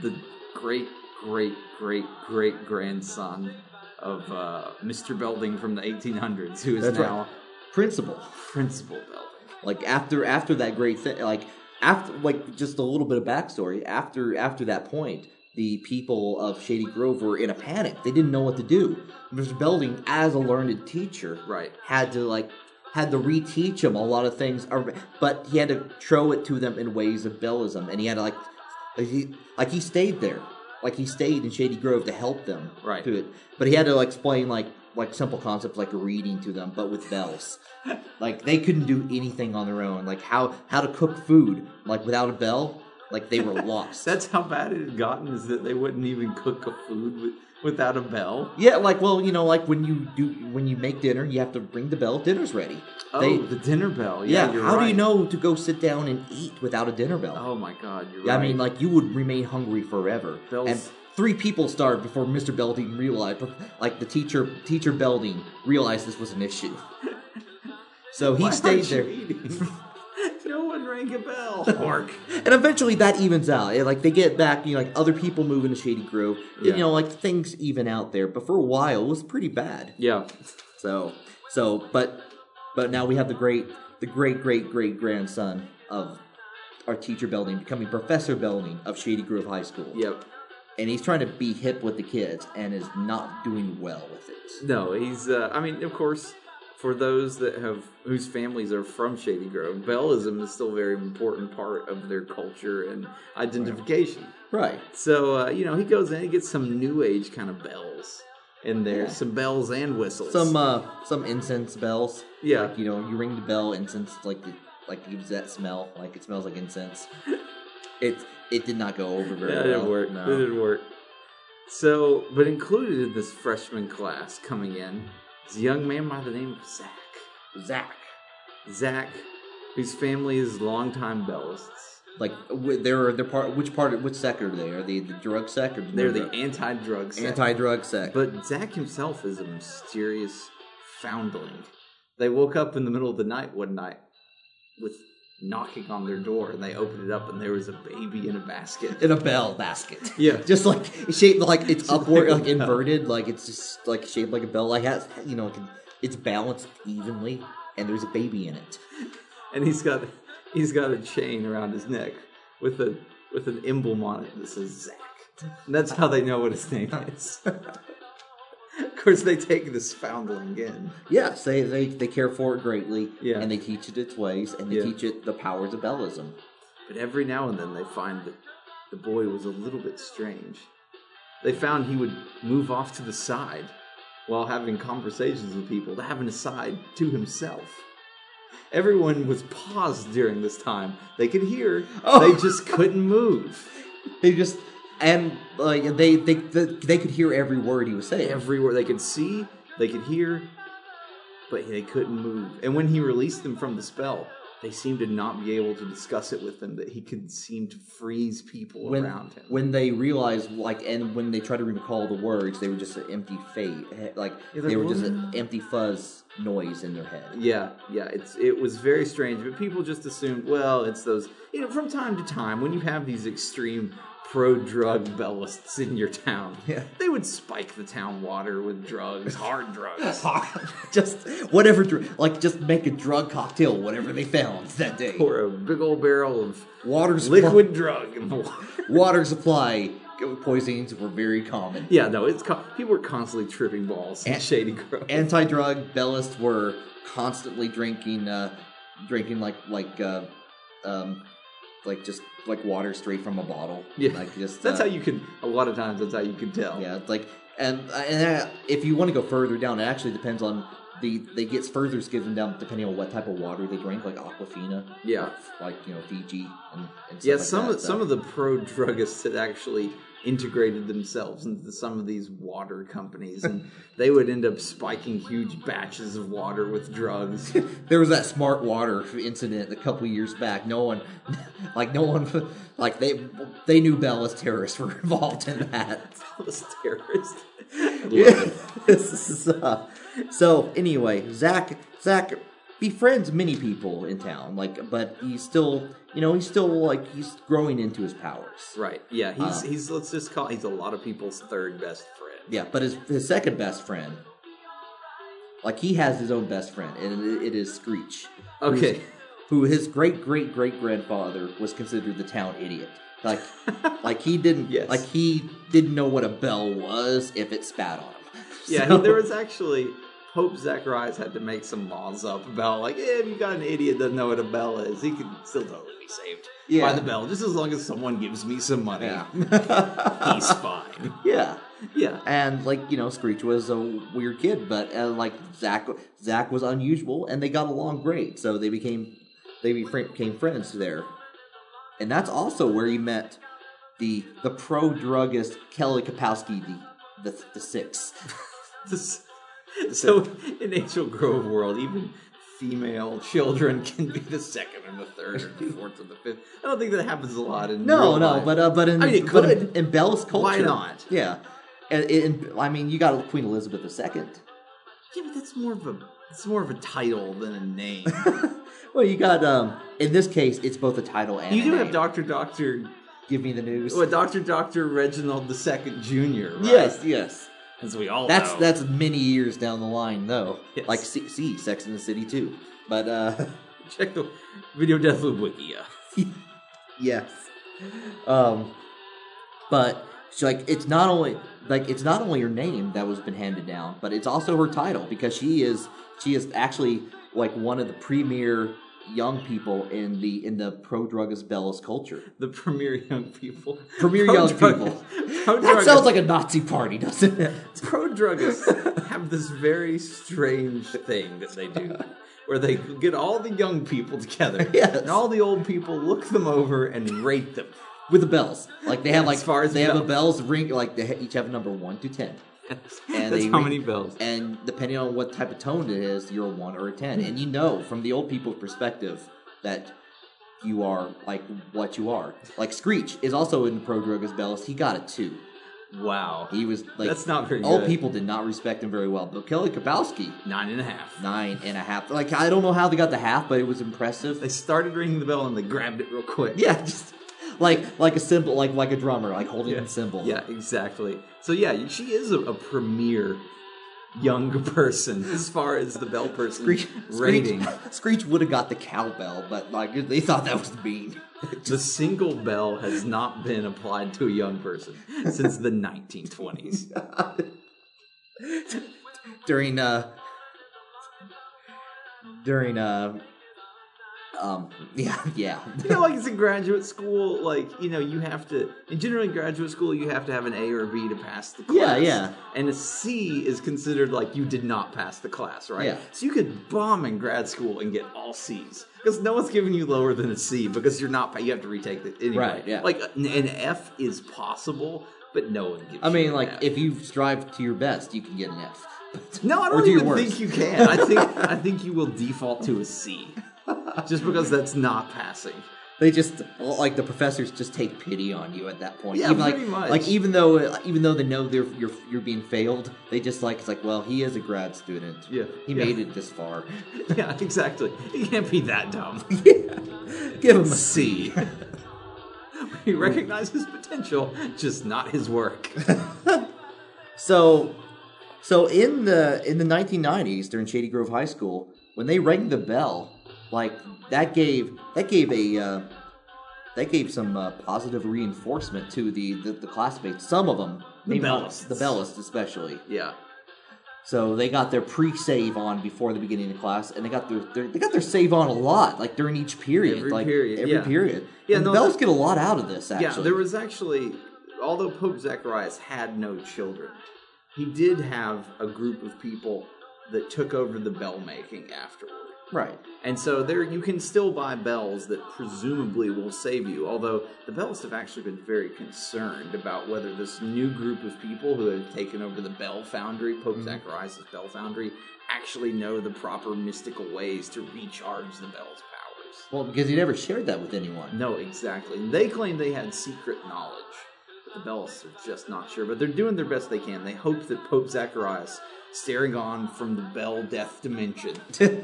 Speaker 2: the great great great great grandson of uh, Mr. Belding from the 1800s, who is
Speaker 1: That's right.
Speaker 2: now
Speaker 1: principal,
Speaker 2: Principal Belding.
Speaker 1: like after after that great thing, like after like just a little bit of backstory. After after that point, the people of Shady Grove were in a panic. They didn't know what to do. Mr. Belding, as a learned teacher,
Speaker 2: Right.
Speaker 1: had to like had to reteach him a lot of things, ar- but he had to show it to them in ways of Bellism, and he had to like he like he stayed there, like he stayed in Shady Grove to help them
Speaker 2: Right.
Speaker 1: through it, but he had to like explain like like simple concepts like reading to them, but with bells. like they couldn't do anything on their own, like how how to cook food like without a bell, like they were lost.
Speaker 2: That's how bad it had gotten is that they wouldn't even cook a food with, without a bell.
Speaker 1: yeah, like well, you know, like when you do when you make dinner, you have to ring the bell. Dinner's ready.
Speaker 2: Oh,
Speaker 1: They-
Speaker 2: the dinner bell. Yeah,
Speaker 1: Yeah,
Speaker 2: you're
Speaker 1: how do you
Speaker 2: right.
Speaker 1: know to go sit down and eat without a dinner bell?
Speaker 2: Oh my God, you're
Speaker 1: Yeah,
Speaker 2: right.
Speaker 1: I mean, like you would remain hungry forever.
Speaker 2: Bells-
Speaker 1: And three people starved before Mr. Belding realized, like the teacher, teacher Belding realized this was an issue. So he
Speaker 2: Why
Speaker 1: stayed
Speaker 2: aren't you
Speaker 1: there,
Speaker 2: eating? no one rang a bell. Pork.
Speaker 1: and eventually that evens out. Yeah, like they get back, you know, like other people move into Shady Grove. and,
Speaker 2: Yeah.
Speaker 1: You know, like things even out there. But for a while, it was pretty bad.
Speaker 2: Yeah.
Speaker 1: So, so, but, but now we have the great, the great, great, great grandson of our teacher Belding becoming Professor Belding of Shady Grove High School.
Speaker 2: Yep.
Speaker 1: and he's trying to be hip with the kids and is not doing well with it.
Speaker 2: No, he's. Uh, I mean, of course, for those that have whose families are from Shady Grove, Bellism is still a very important part of their culture and identification.
Speaker 1: Right.
Speaker 2: So uh, you know, he goes in and gets some new age kind of bells in there,
Speaker 1: Yeah.
Speaker 2: some bells and whistles.
Speaker 1: Some uh some incense bells.
Speaker 2: yeah.
Speaker 1: Like you know, you ring the bell, incense like the, like gives that smell. Like it smells like incense. It's it did not go over very
Speaker 2: Yeah, it
Speaker 1: well.
Speaker 2: didn't work.
Speaker 1: No.
Speaker 2: It didn't work. So, but included in this freshman class coming in is a young man by the name of Zach.
Speaker 1: Zach,
Speaker 2: Zach, whose family is longtime Bellists.
Speaker 1: like wh- they're they're part which part which sector are they are they the drug sector?
Speaker 2: They're the anti-drug sect.
Speaker 1: anti-drug sect.
Speaker 2: But Zach himself is a mysterious foundling. They woke up in the middle of the night one night with knocking on their door, and they opened it up, and there was a baby in a basket.
Speaker 1: in a bell basket.
Speaker 2: Yeah.
Speaker 1: just like shaped like it's upward,
Speaker 2: like a
Speaker 1: like
Speaker 2: bell.
Speaker 1: inverted, like it's just like shaped like a bell. Like has you know, it's balanced evenly, and there's a baby in it.
Speaker 2: and he's got he's got a chain around his neck with a with an emblem on it that says Zach. And that's how they know what his name is. of course, they take this foundling in.
Speaker 1: Yes, they they, they care for it greatly,
Speaker 2: Yeah.
Speaker 1: and they teach it its ways, and they
Speaker 2: Yeah.
Speaker 1: teach it the powers of bellism.
Speaker 2: But every now and then they find that the boy was a little bit strange. They found he would move off to the side while having conversations with people, to having a side to himself. Everyone was paused during this time. They could hear,
Speaker 1: Oh.
Speaker 2: they just couldn't move.
Speaker 1: They just and like they they they, they could hear every word he was saying.
Speaker 2: Everywhere they could see, they could hear, but they couldn't move. And when he released them from the spell, they seemed to not be able to discuss it with them, that he could seem to freeze people
Speaker 1: when,
Speaker 2: around him.
Speaker 1: when they realized like and when they tried to recall the words they were just an empty fate like
Speaker 2: Yeah,
Speaker 1: they
Speaker 2: like,
Speaker 1: were just
Speaker 2: what?
Speaker 1: an empty fuzz noise in their head
Speaker 2: Yeah, yeah, it's it was very strange, but people just assumed, well, it's those you know, from time to time when you have these extreme pro drug bellists in your town,
Speaker 1: Yeah.
Speaker 2: they would spike the town water with drugs, hard drugs.
Speaker 1: just whatever dr- like just make a drug cocktail whatever they found that day
Speaker 2: Pour a big old barrel of
Speaker 1: water supply,
Speaker 2: liquid drug in the water.
Speaker 1: water supply poisonings were very common
Speaker 2: Yeah, no, it's co- people were constantly tripping balls in
Speaker 1: And-
Speaker 2: Shady Grove.
Speaker 1: anti-drug bellists were constantly drinking uh drinking like like uh um like just like water straight from a bottle
Speaker 2: Yeah.
Speaker 1: like just
Speaker 2: that's
Speaker 1: uh,
Speaker 2: how you can. A lot of times, that's how you can tell.
Speaker 1: Yeah, it's like and and that, if you want to go further down, it actually depends on the they get further given down depending on what type of water they drink, like Aquafina,
Speaker 2: yeah.
Speaker 1: like you know Fiji, and, and stuff
Speaker 2: Yeah,
Speaker 1: like
Speaker 2: some
Speaker 1: that,
Speaker 2: of, some of the pro druggists had actually integrated themselves into some of these water companies, and they would end up spiking huge batches of water with drugs.
Speaker 1: there was that smart water incident a couple years back. No one, like no one, like they they knew Bella's terrorists were involved in that.
Speaker 2: All this terrorist.
Speaker 1: Yeah. This is, uh, so anyway, Zach Zach befriends many people in town, like but he's still you know, he's still like he's growing into his powers.
Speaker 2: Right. Yeah.
Speaker 1: Uh.
Speaker 2: He's he's let's just call he's a lot of people's third best friend.
Speaker 1: Yeah, but his his second best friend like he has his own best friend and it, it is Screech. who's-
Speaker 2: Okay.
Speaker 1: Who his great great great grandfather was considered the town idiot. Like like he didn't
Speaker 2: Yes.
Speaker 1: like he didn't know what a bell was if it spat on him.
Speaker 2: Yeah.
Speaker 1: So-
Speaker 2: He, there was actually Pope Zacharias had to make some laws up about like eh, if you got an idiot that doesn't know what a bell is, he can still totally be saved by
Speaker 1: Yeah.
Speaker 2: the bell, just as long as someone gives me some money.
Speaker 1: yeah.
Speaker 2: He's fine.
Speaker 1: yeah.
Speaker 2: Yeah.
Speaker 1: and like you know screech was a weird kid but uh, like zach zach was unusual and they got along great so they became they befri- became friends there and that's also where he met the the pro druggist kelly kapowski the the, the six
Speaker 2: This- so in Angel Grove world, even female children can be the second or the third or the fourth or the fifth. I don't think that happens a lot in
Speaker 1: no
Speaker 2: real
Speaker 1: no
Speaker 2: life.
Speaker 1: but uh, but in
Speaker 2: I mean, it
Speaker 1: but in-
Speaker 2: could.
Speaker 1: in bell's culture
Speaker 2: Why not?
Speaker 1: yeah and, and i mean you got queen elizabeth ii
Speaker 2: yeah, but that's more of a it's more of a title than a name.
Speaker 1: well you got um in this case it's both a title and
Speaker 2: you
Speaker 1: a
Speaker 2: do
Speaker 1: name.
Speaker 2: have Doctor Doctor
Speaker 1: give me the news
Speaker 2: well, Doctor Doctor Reginald the Second Junior. Right?
Speaker 1: yes yes
Speaker 2: as we all
Speaker 1: That's
Speaker 2: know.
Speaker 1: that's many years down the line, though.
Speaker 2: Oh, Yes.
Speaker 1: Like see, see Sex in the City too. But uh,
Speaker 2: check the video death loop wiki. Yeah.
Speaker 1: yes, um, but she, like it's not only like it's not only her name that was been handed down, but it's also her title because she is she is actually like one of the premier young people in the in the pro druggist Bella's culture.
Speaker 2: The premier young people.
Speaker 1: Premier young
Speaker 2: Pro-druggist-
Speaker 1: That
Speaker 2: pro-druggist-
Speaker 1: sounds like a Nazi party, doesn't it?
Speaker 2: pro druggists have this very strange thing that they do where they get all the young people together
Speaker 1: Yes.
Speaker 2: and all the old people look them over and rate them
Speaker 1: with the bells. Like they have like
Speaker 2: As far as
Speaker 1: they have a
Speaker 2: bells.
Speaker 1: bells ring. Like they ha- each have a number one to ten, And
Speaker 2: That's
Speaker 1: they
Speaker 2: how
Speaker 1: ring-
Speaker 2: many bells.
Speaker 1: and depending on what type of tone it is, you're a one or a ten. And you know from the old people's perspective that you are like what you are. Like Screech is also in Prodroga's bells. He got it too.
Speaker 2: Wow.
Speaker 1: He was like
Speaker 2: That's not very
Speaker 1: old
Speaker 2: good.
Speaker 1: people did not respect him very well. But Kelly Kapowski,
Speaker 2: Nine and a half.
Speaker 1: nine and a half. Like I don't know how they got the half, but it was impressive.
Speaker 2: They started ringing the bell and they grabbed it real quick.
Speaker 1: Yeah, just like like a cymbal, like like a drummer, like holding
Speaker 2: Yeah.
Speaker 1: a cymbal.
Speaker 2: Yeah, exactly. So yeah, she is a, a premier young person as far as the bell person
Speaker 1: Screech,
Speaker 2: rating.
Speaker 1: Screech, Screech would have got the cowbell, but like they thought that was mean.
Speaker 2: The single bell has not been applied to a young person since the 1920s.
Speaker 1: during uh during uh um yeah yeah
Speaker 2: You know, like it's in graduate school, like you know, you have to. In general, in graduate school, you have to have an A or a B to pass the
Speaker 1: Yeah,
Speaker 2: class.
Speaker 1: yeah.
Speaker 2: And a C is considered like you did not pass the class, right?
Speaker 1: Yeah.
Speaker 2: So you could bomb in grad school and get all C's because no one's giving you lower than a C because you're not. pa- You have to retake it anyway.
Speaker 1: Right, yeah.
Speaker 2: Like an, an F is possible, but no one gives.
Speaker 1: I mean
Speaker 2: you
Speaker 1: like
Speaker 2: an F.
Speaker 1: if you strive to your best you can get an F
Speaker 2: No, I
Speaker 1: Or
Speaker 2: don't
Speaker 1: do your
Speaker 2: even
Speaker 1: worst.
Speaker 2: think you can. I think I think you will default to a C, just because that's not passing.
Speaker 1: they just like the professors just take pity on you at that point
Speaker 2: Yeah,
Speaker 1: even,
Speaker 2: pretty
Speaker 1: like,
Speaker 2: much.
Speaker 1: like even though even though they know they're you're, you're being failed they just like it's like well he is a grad student
Speaker 2: Yeah,
Speaker 1: he
Speaker 2: yeah.
Speaker 1: made it this far
Speaker 2: Yeah, exactly. You can't be that dumb.
Speaker 1: give him a
Speaker 2: C. we recognize his potential, just not his work.
Speaker 1: So, so in the in the 1990s during Shady Grove High School, when they rang the bell, like that gave that gave a uh, that gave some uh, positive reinforcement to the, the the classmates. Some of them,
Speaker 2: The
Speaker 1: maybe not-
Speaker 2: Bellists.
Speaker 1: the Bellists especially.
Speaker 2: Yeah.
Speaker 1: So they got their pre-save on before the beginning of class, and they got their, their they got their save on a lot, like during each period,
Speaker 2: Every
Speaker 1: like
Speaker 2: period,
Speaker 1: every
Speaker 2: yeah.
Speaker 1: period.
Speaker 2: Yeah,
Speaker 1: and
Speaker 2: no,
Speaker 1: the Bellists
Speaker 2: that-
Speaker 1: get a lot out of this. Actually,
Speaker 2: Yeah, there was actually, although Pope Zacharias had no children, he did have a group of people that took over the bell making afterward.
Speaker 1: right.
Speaker 2: And so there you can still buy bells that presumably will save you, although the bells have actually been very concerned about whether this new group of people who have taken over the bell foundry, Pope
Speaker 1: Mhm.
Speaker 2: Zacharias' bell foundry, actually know the proper mystical ways to recharge the bell's powers.
Speaker 1: Well, because he never shared that with anyone.
Speaker 2: No, exactly. And they claim they had secret knowledge. But the bells are just not sure, but they're doing their best they can. They hope that Pope Zacharias, staring on from the bell death dimension,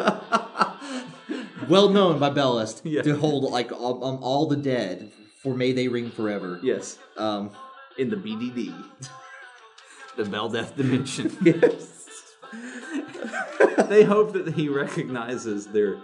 Speaker 1: well known by Bellist
Speaker 2: Yeah.
Speaker 1: to hold like all, um, all the dead for may they ring forever.
Speaker 2: yes,
Speaker 1: Um,
Speaker 2: in the BDD, the Bell Death Dimension. they hope that he recognizes their,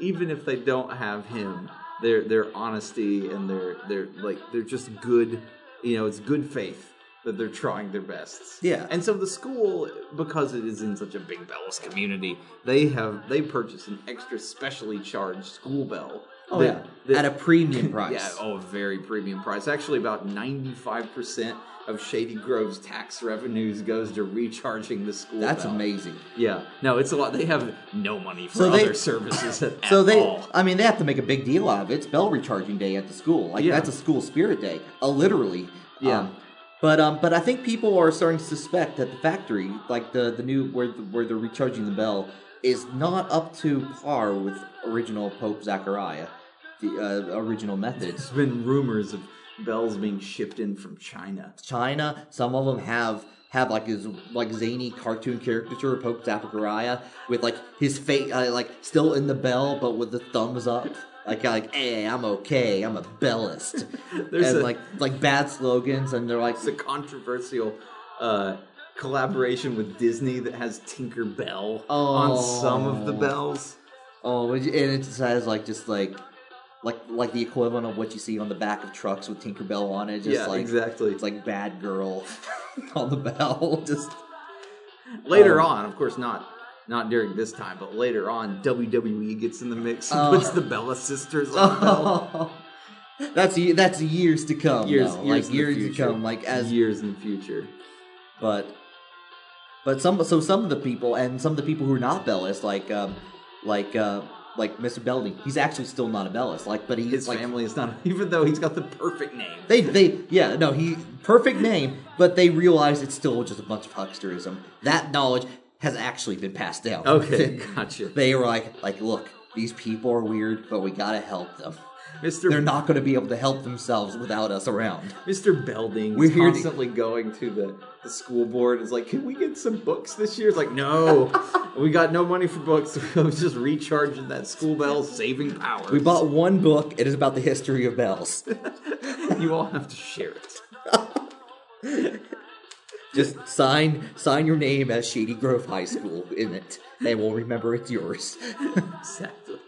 Speaker 2: even if they don't have him, their their honesty and their their like they're just good. You know, it's good faith that they're trying their best.
Speaker 1: Yeah.
Speaker 2: And so the school, because it is in such a big Bellis community, they have they purchased an extra specially charged school bell.
Speaker 1: oh
Speaker 2: that-
Speaker 1: yeah,
Speaker 2: that-
Speaker 1: at a premium price.
Speaker 2: yeah, oh, very premium price. Actually, about 95% of Shady Grove's tax revenues goes to recharging the school.
Speaker 1: That's
Speaker 2: bell.
Speaker 1: amazing.
Speaker 2: Yeah, no, it's a lot. They have no money for
Speaker 1: So they-
Speaker 2: other services at,
Speaker 1: So
Speaker 2: at
Speaker 1: they,
Speaker 2: all.
Speaker 1: I mean, they have to make a big deal out of it. It's bell recharging day at the school. Like
Speaker 2: Yeah.
Speaker 1: that's a school spirit day, uh, literally.
Speaker 2: Yeah.
Speaker 1: Um, but um, but I think people are starting to suspect that the factory, like the the new where the, where they're recharging the bell, is not up to par with original Pope Zachariah, the uh, original methods.
Speaker 2: There's been rumors of bells being shipped in from China.
Speaker 1: China. Some of them have have like his like zany cartoon caricature of Pope Zachariah with like his face uh, like still in the bell, but with the thumbs up. Like like, hey, I'm okay. I'm a bellist.
Speaker 2: There's
Speaker 1: and
Speaker 2: a-
Speaker 1: like like bad slogans, and they're like,
Speaker 2: It's a controversial uh, collaboration with Disney that has Tinker Bell on some of the
Speaker 1: Oh.
Speaker 2: bells.
Speaker 1: oh, and it just has like just like. Like, like the equivalent of what you see on the back of trucks with Tinkerbell on it, just
Speaker 2: yeah,
Speaker 1: like
Speaker 2: exactly.
Speaker 1: it's like bad girl on the bell. Just
Speaker 2: Later
Speaker 1: Um,
Speaker 2: on, of course, not not during this time, but later on, WWE gets in the mix and
Speaker 1: Oh.
Speaker 2: puts the Bella Sisters on. the belt.
Speaker 1: that's ye- that's years to come.
Speaker 2: Years,
Speaker 1: though.
Speaker 2: years, in
Speaker 1: like
Speaker 2: the
Speaker 1: years to
Speaker 2: future.
Speaker 1: come. Like as
Speaker 2: years in the future.
Speaker 1: but but some so some of the people and some of the people who are not Bellis, like um, like uh, like Mr. Belding. He's actually still not a Bellis, like, but he's
Speaker 2: His
Speaker 1: like
Speaker 2: family is not, even though he's got the perfect name.
Speaker 1: They, they, yeah, no, he perfect name, but they realize it's still just a bunch of hucksterism. That knowledge has actually been passed down.
Speaker 2: Okay, gotcha.
Speaker 1: they were like, like, look, these people are weird, but we gotta help them.
Speaker 2: Mr.
Speaker 1: They're not gonna be able to help themselves without us around.
Speaker 2: Mr. Belding
Speaker 1: We're
Speaker 2: is
Speaker 1: here to-
Speaker 2: constantly going to the, the school board. Is like, can we get some books this year? It's like, no, we got no money for books. I was just recharging that school bell, saving power.
Speaker 1: We bought one book. It is about the history of bells.
Speaker 2: you all have to share it.
Speaker 1: Just sign, sign your name as Shady Grove High School in it, and we'll remember it's yours.
Speaker 2: Exactly.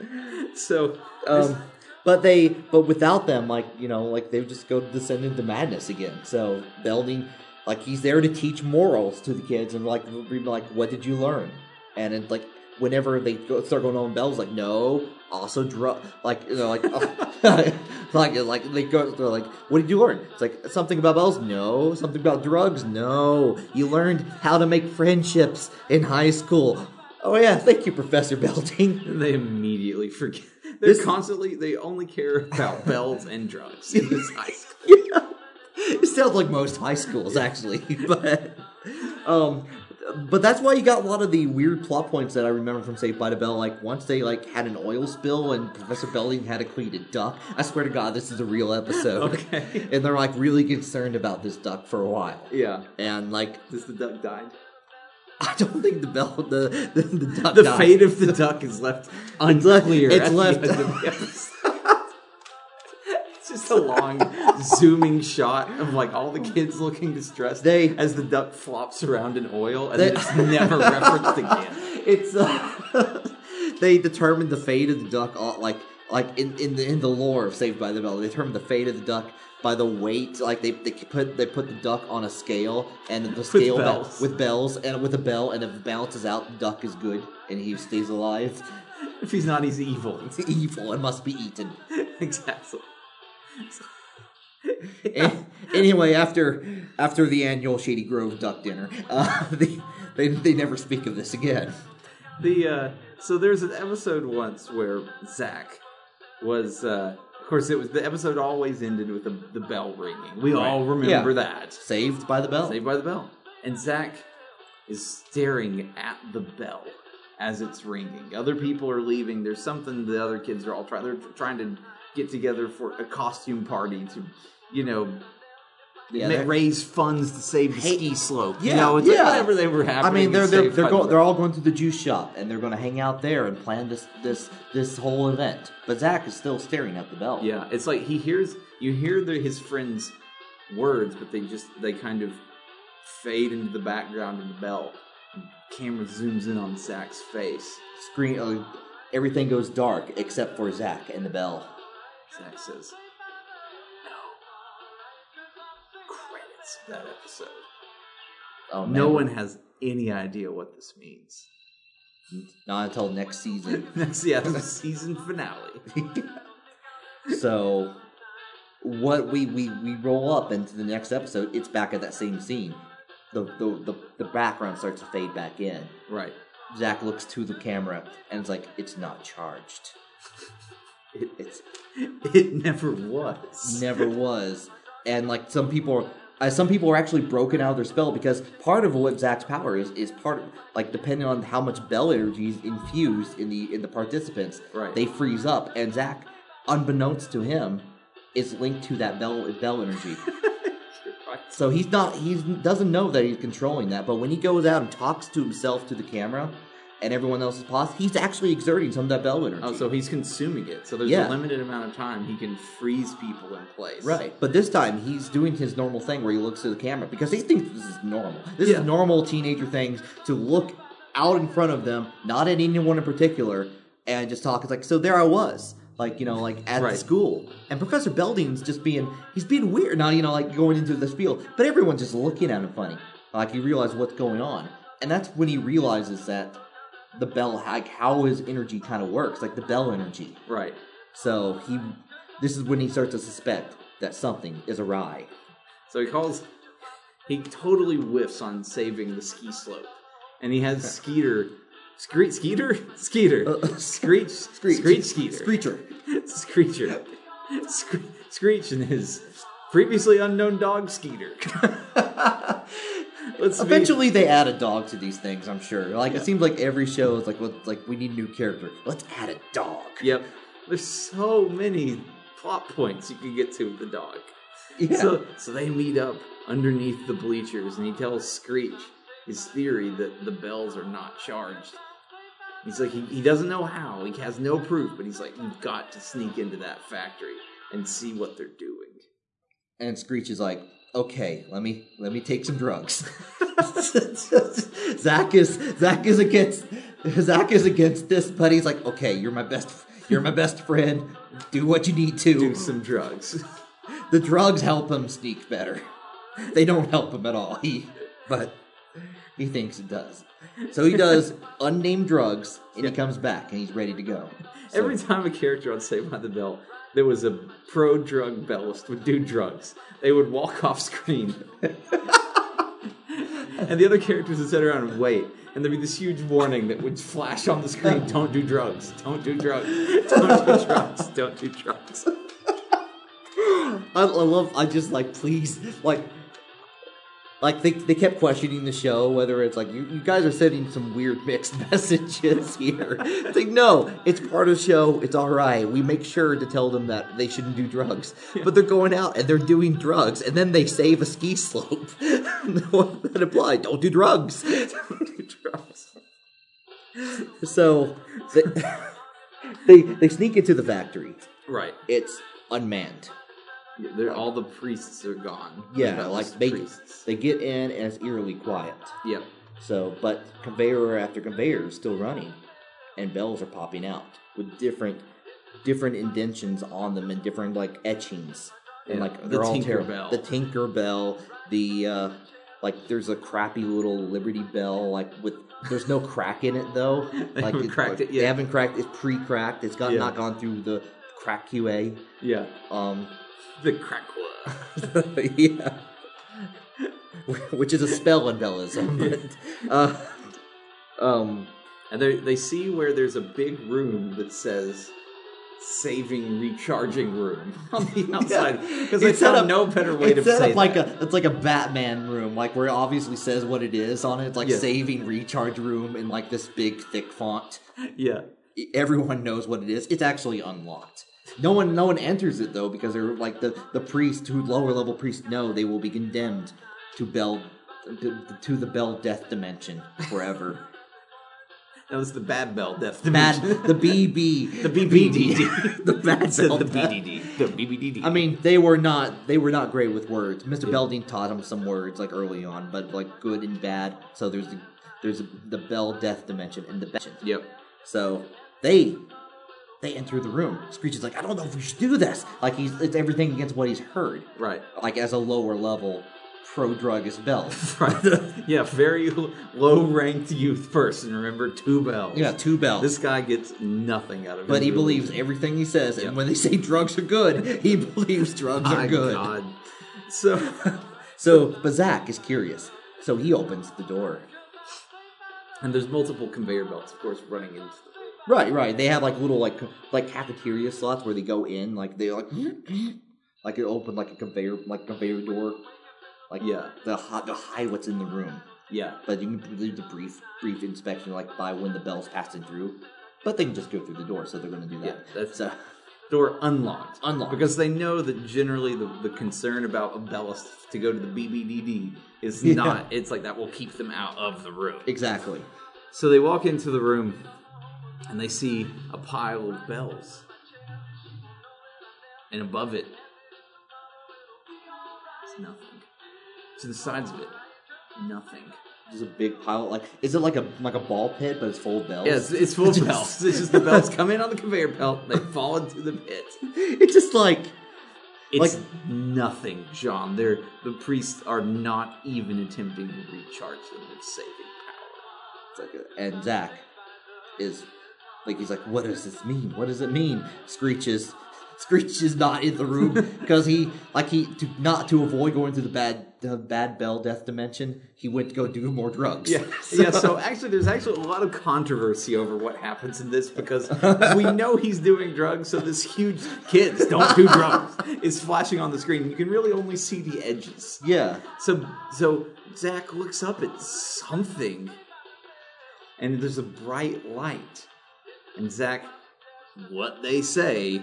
Speaker 2: So,
Speaker 1: Um, but they, but without them, like you know, like they would just go descend into madness again. So Belding, like he's there to teach morals to the kids, and like be like, what did you learn? And then like whenever they go, start going on, Bell's like, no, also drug, like you know, like. oh, like like they go they're like what did you learn it's like something about bells no something about drugs no you learned how to make friendships in high school oh yeah thank you professor belding
Speaker 2: and they immediately forget. They're
Speaker 1: This-
Speaker 2: constantly, they only care about bells and drugs in this high school.
Speaker 1: it sounds like most high schools actually but um but that's why you got a lot of the weird plot points that I remember from Saved by the Bell. Like once they like had an oil spill and Professor Belding had to clean a duck. I swear to God, this is a real episode.
Speaker 2: Okay.
Speaker 1: And they're like really concerned about this duck for a while.
Speaker 2: Yeah.
Speaker 1: And like
Speaker 2: Does the duck die?
Speaker 1: I don't think the bell the the, the duck
Speaker 2: The
Speaker 1: died.
Speaker 2: fate of the duck is left
Speaker 1: It's left-
Speaker 2: unclear.
Speaker 1: it's
Speaker 2: at the
Speaker 1: left-
Speaker 2: end of the episode. it's just a long zooming shot of like all the kids looking distressed
Speaker 1: They-
Speaker 2: as the duck flops around in oil and
Speaker 1: They-
Speaker 2: it's never referenced again.
Speaker 1: it's uh, they determined the fate of the duck all, like like in, in the in the lore of Saved by the Bell they determined the fate of the duck by the weight like they, they put they put the duck on a scale and the scale ba-
Speaker 2: bells.
Speaker 1: with bells and with a bell and if it balances out the duck is good and he stays alive
Speaker 2: If he's not, he's evil.
Speaker 1: it's evil and must be eaten
Speaker 2: exactly.
Speaker 1: An- anyway after after the annual Shady Grove duck dinner uh, they, they they never speak of this again
Speaker 2: The uh, so there's an episode once where Zach was. Uh, of course, it was the episode always ended with the, the bell ringing. We all remember
Speaker 1: Yeah.
Speaker 2: that.
Speaker 1: Saved by the Bell
Speaker 2: Saved by the Bell. And Zach is staring at the bell as it's ringing. Other people are leaving. There's something the other kids are all trying. They're trying to get together for a costume party to, you know,
Speaker 1: Yeah,
Speaker 2: ma-
Speaker 1: they're-
Speaker 2: raise funds to save the
Speaker 1: Hey-
Speaker 2: ski slope.
Speaker 1: Yeah,
Speaker 2: you know, it's like
Speaker 1: yeah.
Speaker 2: whatever they were
Speaker 1: I
Speaker 2: happening.
Speaker 1: mean, they're
Speaker 2: was
Speaker 1: they're
Speaker 2: saved
Speaker 1: they're,
Speaker 2: by the
Speaker 1: go-
Speaker 2: Bell.
Speaker 1: they're all going to the juice shop, and they're going to hang out there and plan this this this whole event. But Zach is still staring at the bell.
Speaker 2: Yeah, it's like he hears you hear the, his friends' words, but they just they kind of fade into the background of the bell. Camera zooms in on Zach's face.
Speaker 1: screen. Uh, everything goes dark except for Zach and the bell.
Speaker 2: Zach says, "No." Credits of that episode.
Speaker 1: Oh, man.
Speaker 2: No one has any idea what this means.
Speaker 1: Not until next season.
Speaker 2: That's yeah, the season finale.
Speaker 1: so, what we, we we roll up into the next episode, it's back at that same scene. The the the, the background starts to fade back in.
Speaker 2: Right.
Speaker 1: Zach looks to the camera and it's like, "It's not charged.
Speaker 2: It,
Speaker 1: It's
Speaker 2: it never was.
Speaker 1: never was. And like some people, uh, some people are actually broken out of their spell because part of what Zach's power is is part of, like depending on how much bell energy is infused in the in the participants,
Speaker 2: Right.
Speaker 1: they freeze up. And Zach, unbeknownst to him, is linked to that bell bell energy. so he's not he doesn't know that he's controlling that. But when he goes out and talks to himself to the camera. And everyone else's pause. He's actually exerting some of that bell energy.
Speaker 2: Oh, so he's consuming it. So there's
Speaker 1: Yeah.
Speaker 2: a limited amount of time he can freeze people in place.
Speaker 1: Right. But this time he's doing his normal thing where he looks to the camera because he thinks this is normal. This
Speaker 2: Yeah.
Speaker 1: is normal teenager things to look out in front of them, not at anyone in particular, and just talk. It's like, so there I was. Like, you know, like at the
Speaker 2: Right.
Speaker 1: school. And Professor Belding's just being he's being weird, not you know, like going into this field. But everyone's just looking at him funny. Like he realizes what's going on. And that's when he realizes that the bell like how his energy kind of works, like the bell energy.
Speaker 2: Right.
Speaker 1: So he, this is when he starts to suspect that something is awry.
Speaker 2: So he calls. He totally whiffs on saving the ski slope, and he has Skeeter Screech Skeeter? Skeeter.
Speaker 1: Uh,
Speaker 2: Screech.
Speaker 1: Screech.
Speaker 2: Screech Skeeter.
Speaker 1: Screecher.
Speaker 2: Screecher. Scre- Screech and his previously unknown dog Skeeter. Let's be-
Speaker 1: Eventually, they add a dog to these things. I'm sure. Like it seems like every show is like, what, like we need a new character. Let's add a dog.
Speaker 2: Yep. There's so many plot points you could get to with the dog.
Speaker 1: Yeah.
Speaker 2: So, so they meet up underneath the bleachers, and he tells Screech his theory that the bells are not charged. He's like, he, he doesn't know how, he has no proof, but he's like, you've got to sneak into that factory and see what they're doing.
Speaker 1: and Screech is like, okay, let me let me take some drugs. Zach is Zach is against Zach is against this, but he's like, okay, you're my best you're my best friend. Do what you need to.
Speaker 2: Do some drugs.
Speaker 1: The drugs help him sneak better. They don't help him at all. He but he thinks it does. So he does unnamed drugs and he comes back and he's ready to go. So-
Speaker 2: Every time a character on Saved by the Bell, there was a pro drug bellist would do drugs. They would walk off screen. and the other characters would sit around and wait. And there'd be this huge warning that would flash on the screen don't do drugs, don't do drugs, don't do drugs, don't do drugs.
Speaker 1: I, I love. I just like please like. Like they, they kept questioning the show whether it's like you, you guys are sending some weird mixed messages here. It's like no, it's part of the show. It's all right. We make sure to tell them that they shouldn't do drugs, but they're going out and they're doing drugs, and then they save a ski slope. that apply. Don't do drugs.
Speaker 2: Don't do drugs.
Speaker 1: So they, they they sneak into the factory.
Speaker 2: Right.
Speaker 1: It's unmanned.
Speaker 2: Yeah, they're, all the priests are gone.
Speaker 1: Yeah,
Speaker 2: The
Speaker 1: like
Speaker 2: bellist
Speaker 1: they
Speaker 2: priests.
Speaker 1: they get in and it's eerily quiet.
Speaker 2: Yep.
Speaker 1: So, but conveyor after conveyor is still running, and bells are popping out with different, different indentions on them and different like etchings. And
Speaker 2: Yeah,
Speaker 1: like
Speaker 2: the
Speaker 1: they're all
Speaker 2: Tinker
Speaker 1: terrible.
Speaker 2: Bell.
Speaker 1: The Tinker Bell, the uh, like there's a crappy little Liberty Bell like with there's no crack in it though.
Speaker 2: They
Speaker 1: like
Speaker 2: haven't cracked it
Speaker 1: They
Speaker 2: yet.
Speaker 1: haven't cracked. It's pre-cracked. It's got
Speaker 2: Yeah.
Speaker 1: not gone through the crack QA.
Speaker 2: Yeah.
Speaker 1: Um,
Speaker 2: The crackler.
Speaker 1: yeah. Which is a spell in Bellism. But, uh, um,
Speaker 2: And they they see where there's a big room that says "saving recharging room" on the outside because they
Speaker 1: It's set
Speaker 2: found
Speaker 1: up-
Speaker 2: no better way to
Speaker 1: it's set
Speaker 2: say
Speaker 1: up like
Speaker 2: that.
Speaker 1: a it's like a Batman room, like where it obviously says what it is on it. It's like
Speaker 2: Yeah.
Speaker 1: saving recharge room in like this big thick font.
Speaker 2: yeah.
Speaker 1: E- Everyone knows what it is. It's actually unlocked. No one no one enters it though because they're like the the priest who lower level priests know they will be condemned to bell to, to the bell death dimension forever.
Speaker 2: That was the bad bell death
Speaker 1: Bad
Speaker 2: dimension.
Speaker 1: the BB
Speaker 2: the BBDD.
Speaker 1: the bad
Speaker 2: So
Speaker 1: bell
Speaker 2: the
Speaker 1: death.
Speaker 2: BDD. The BBDD.
Speaker 1: I mean, they were not they were not great with words. Mr. Belding taught him some words like early on, but like good and bad. So there's the, there's the Bell death dimension and the dimension.
Speaker 2: Yep.
Speaker 1: So they they enter the room. Screech is like, I don't know if we should do this. Like he's it's everything against what he's heard.
Speaker 2: Right.
Speaker 1: Like as a lower level pro druggist Bell.
Speaker 2: Right. yeah. Very low ranked youth person. Remember two bells.
Speaker 1: yeah, two bells.
Speaker 2: This guy gets nothing out of it.
Speaker 1: but he believes everything he says,
Speaker 2: Yeah.
Speaker 1: and when they say drugs are good, he believes drugs are
Speaker 2: My
Speaker 1: good.
Speaker 2: God. So
Speaker 1: So, but Zach is curious, so he opens the door.
Speaker 2: and there's multiple conveyor belts, of course, running into the room.
Speaker 1: Right, right. They have like little like like cafeteria slots where they go in, like they like like it open like a conveyor like conveyor door, like
Speaker 2: Yeah.
Speaker 1: the hot to hide what's in the room.
Speaker 2: Yeah.
Speaker 1: But you can do the brief brief inspection like by when the bell's passing through. But they can just go through the door, so they're going to do
Speaker 2: Yeah,
Speaker 1: that.
Speaker 2: that's uh,
Speaker 1: So-
Speaker 2: door unlocked.
Speaker 1: Unlocked.
Speaker 2: Because they know that generally the, the concern about a bellist to go to the BBDD is not, it's like that will keep them out of the room.
Speaker 1: exactly.
Speaker 2: So they walk into the room and they see a pile of bells. And above it is nothing. To the sides of it, nothing.
Speaker 1: Just a big pile. Like, is it like a like a ball pit, but it's full of bells?
Speaker 2: Yeah, it's, it's full of bells. It's just the bells come in on the conveyor belt, and they fall into the pit.
Speaker 1: It's just like
Speaker 2: It's
Speaker 1: Like-
Speaker 2: nothing, John. They're, the priests are not even attempting to recharge them with saving power.
Speaker 1: It's like, a, and Zach is like, he's like, what does this mean? What does it mean? Screeches. Screech is not in the room because he like he to not to avoid going to the bad the bad bell death dimension. He went to go do more drugs.
Speaker 2: Yeah, yeah. So actually, there's actually a lot of controversy over what happens in this because we know he's doing drugs. So this huge kids don't do drugs is flashing on the screen. You can really only see the edges.
Speaker 1: yeah.
Speaker 2: So so Zach looks up at something, and there's a bright light, and Zach, what they say,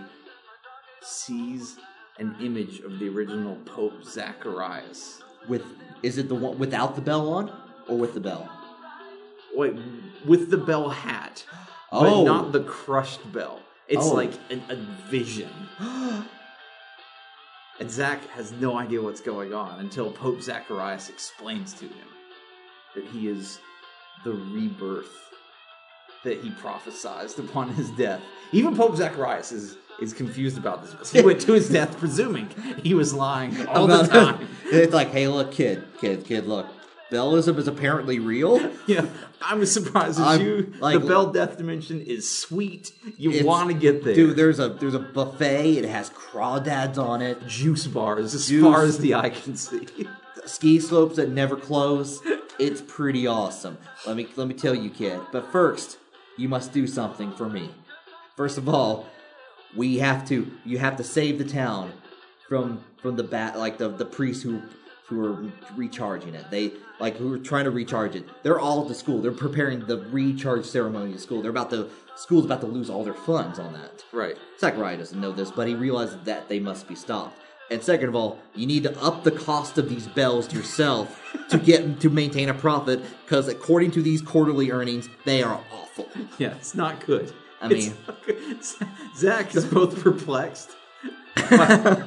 Speaker 2: sees an image of the original Pope Zacharias.
Speaker 1: With is it the one without the bell on or with the bell?
Speaker 2: Wait, with the bell hat,
Speaker 1: Oh.
Speaker 2: but not the crushed bell. It's
Speaker 1: Oh.
Speaker 2: like an, a vision. and Zach has no idea what's going on until Pope Zacharias explains to him that he is the rebirth that he prophesized upon his death. Even Pope Zacharias is is confused about this because he went to his death presuming he was lying all the
Speaker 1: About-
Speaker 2: time.
Speaker 1: it's like, hey, look, kid, kid, kid, look. Bellism is apparently real.
Speaker 2: Yeah, I'm as surprised as
Speaker 1: I'm,
Speaker 2: you.
Speaker 1: like-
Speaker 2: the Bell Death Dimension is sweet. You
Speaker 1: It's-
Speaker 2: want to get there,
Speaker 1: Dude, there's a there's a buffet. It has crawdads on it.
Speaker 2: Juice bars as
Speaker 1: Juice.
Speaker 2: far as the eye can see.
Speaker 1: ski slopes that never close. It's pretty awesome. Let me let me tell you, kid. But first, you must do something for me. First of all, we have to you have to save the town from from the bat like the the priests who who are recharging it. They like who are trying to recharge it. They're all at the school. They're preparing the recharge ceremony at school. They're about to school's about to lose all their funds on that.
Speaker 2: Right.
Speaker 1: Sakurai doesn't know this, but he realizes that they must be stopped. And second of all, you need to up the cost of these bells yourself to get to maintain a profit, because according to these quarterly earnings, they are awful.
Speaker 2: Yeah, it's not good.
Speaker 1: I
Speaker 2: It's
Speaker 1: mean-
Speaker 2: not good. Zach is both perplexed by-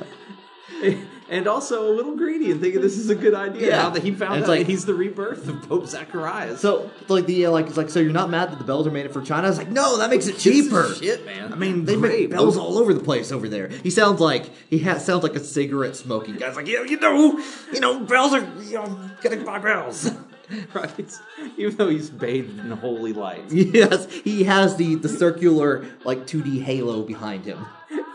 Speaker 2: and also a little greedy and thinking this is a good idea
Speaker 1: Yeah.
Speaker 2: now that he
Speaker 1: And
Speaker 2: found
Speaker 1: it's
Speaker 2: out
Speaker 1: like-
Speaker 2: that he's the rebirth of Pope Zacharias.
Speaker 1: So like the uh, like it's like so you're not mad that the bells are made for China? It's like no, that makes it
Speaker 2: Piece of
Speaker 1: cheaper.
Speaker 2: shit, man.
Speaker 1: I mean, they make bells all over the place over there. He sounds like he ha- sounds like a cigarette smoking guy. It's like yeah, you know, you know, bells are you know, gonna buy bells.
Speaker 2: right? Even though he's bathed in holy light.
Speaker 1: Yes, he has the, the circular like 2D halo behind him.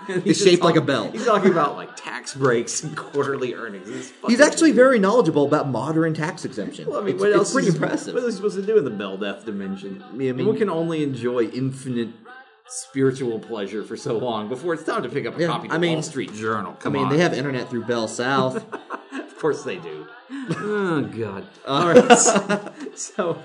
Speaker 1: It's
Speaker 2: He's
Speaker 1: shaped like a
Speaker 2: talking-
Speaker 1: bell.
Speaker 2: He's talking about like tax breaks and quarterly earnings. It's
Speaker 1: He's
Speaker 2: fucking-
Speaker 1: actually very knowledgeable about modern tax exemption.
Speaker 2: Well, I mean,
Speaker 1: it's,
Speaker 2: what
Speaker 1: it's
Speaker 2: else?
Speaker 1: pretty
Speaker 2: is,
Speaker 1: impressive.
Speaker 2: What are they supposed to do in the Bell Death dimension?
Speaker 1: Yeah, I mean-
Speaker 2: one can only enjoy infinite spiritual pleasure for so long before it's time to pick up a
Speaker 1: Yeah,
Speaker 2: copy of
Speaker 1: I
Speaker 2: the
Speaker 1: mean-
Speaker 2: Wall Street Journal.
Speaker 1: I
Speaker 2: Come
Speaker 1: mean,
Speaker 2: on,
Speaker 1: they have internet through Bell South.
Speaker 2: of course they do. oh God!
Speaker 1: Uh,
Speaker 2: All right, so, so,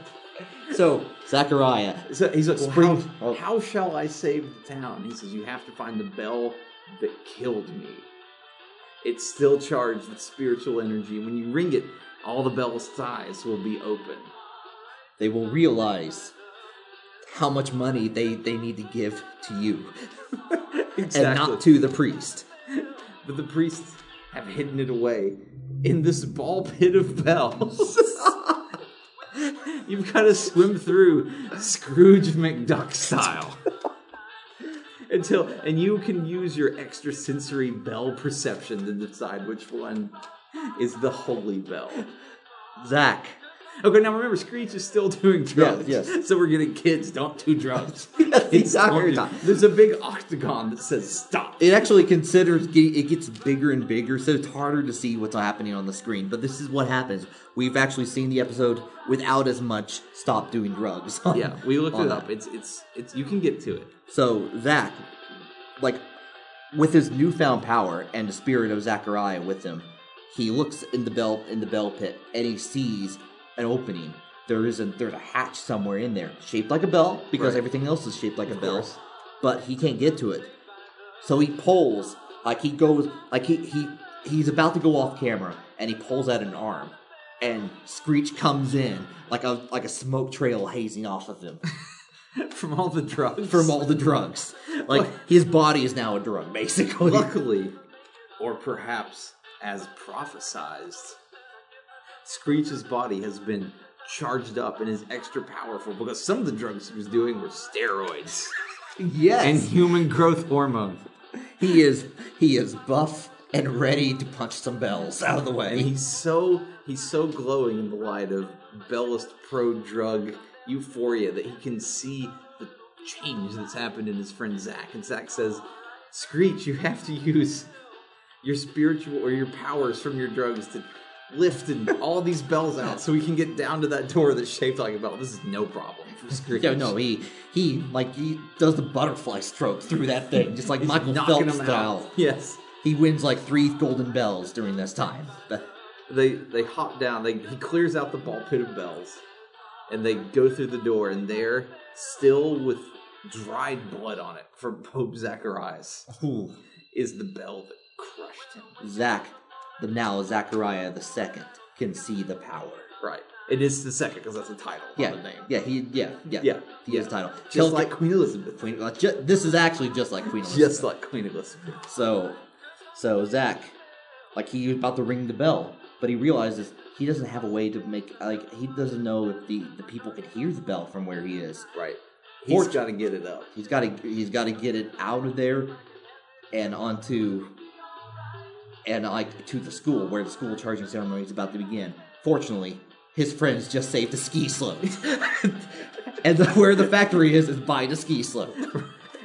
Speaker 1: so, Zachariah.
Speaker 2: so he's like, well,
Speaker 1: Spring-
Speaker 2: how,
Speaker 1: oh.
Speaker 2: how shall I save the town? He says, you have to find the bell that killed me. It's still charged with spiritual energy. When you ring it, all the bell's thighs will be open.
Speaker 1: They will realize how much money they, they need to give to you and not to the priest.
Speaker 2: but the priests have hidden it away in this ball pit of bells. You've got to swim through Scrooge McDuck style. Until and you can use your extrasensory bell perception to decide which one is the holy bell.
Speaker 1: Zach.
Speaker 2: Okay, now remember, Screech is still doing drugs.
Speaker 1: Yes, yes.
Speaker 2: So we're getting kids don't do drugs.
Speaker 1: Yes,
Speaker 2: Kids
Speaker 1: exactly.
Speaker 2: don't do- There's a big octagon that says stop.
Speaker 1: It actually considers ge- it gets bigger and bigger, so it's harder to see what's happening on the screen. But this is what happens. We've actually seen the episode without as much stop doing drugs. on-
Speaker 2: Yeah, we looked
Speaker 1: on
Speaker 2: it
Speaker 1: that.
Speaker 2: up. It's it's it's you can get to it.
Speaker 1: So Zach, like, with his newfound power and the spirit of Zachariah with him, he looks in the bell in the bell pit and he sees an opening. There is a there's a hatch somewhere in there, shaped like a bell, because
Speaker 2: Right.
Speaker 1: everything else is shaped like a bell.
Speaker 2: course.
Speaker 1: But he can't get to it. So he pulls, like he goes like he, he he's about to go off camera and he pulls out an arm and Screech comes in like a like a smoke trail hazing off of him
Speaker 2: from all the drugs.
Speaker 1: from all the drugs. Like his body is now a drug, basically.
Speaker 2: luckily, or perhaps as prophesized, Screech's body has been charged up and is extra powerful because some of the drugs he was doing were steroids
Speaker 1: yes,
Speaker 2: and human growth hormone.
Speaker 1: he is he is buff and ready to punch some bells out of the
Speaker 2: And
Speaker 1: way.
Speaker 2: he's so he's so glowing in the light of Bellist pro drug euphoria that he can see the change that's happened in his friend Zach. And Zach says, Screech, you have to use your spiritual or your powers from your drugs to lift and all these bells out so we can get down to that door that's shaped like a bell. This is no problem for Screech.
Speaker 1: Yeah, no, he he like he does the butterfly stroke through that thing, just like
Speaker 2: He's
Speaker 1: Michael
Speaker 2: knocking
Speaker 1: Phelps
Speaker 2: them
Speaker 1: style.
Speaker 2: out. Yes.
Speaker 1: He wins like three golden bells during this time. But
Speaker 2: they they hop down. They he clears out the ball pit of bells, and they go through the door, and there, still with dried blood on it from Pope Zacharias,
Speaker 1: whew,
Speaker 2: is the bell that crushed him.
Speaker 1: Zach, the now Zachariah the second, can see the power.
Speaker 2: Right. It is the second because that's the title,
Speaker 1: Yeah,
Speaker 2: not the name.
Speaker 1: yeah, he, yeah, yeah,
Speaker 2: Yeah,
Speaker 1: He is
Speaker 2: yeah.
Speaker 1: title.
Speaker 2: Just
Speaker 1: Tells
Speaker 2: like Queen Elizabeth.
Speaker 1: Queen. uh, ju- this is actually just like Queen Elizabeth.
Speaker 2: Just like Queen Elizabeth.
Speaker 1: So, so Zach, like he was about to ring the bell, but he realizes he doesn't have a way to make like he doesn't know if the the people can hear the bell from where he is.
Speaker 2: Right. He's
Speaker 1: Fortune-
Speaker 2: got to get it up.
Speaker 1: He's got to he's got to get it out of there and onto and like to the school where the school charging ceremony is about to begin. Fortunately, his friends just saved a ski slope, and the, where the factory is is by the ski slope.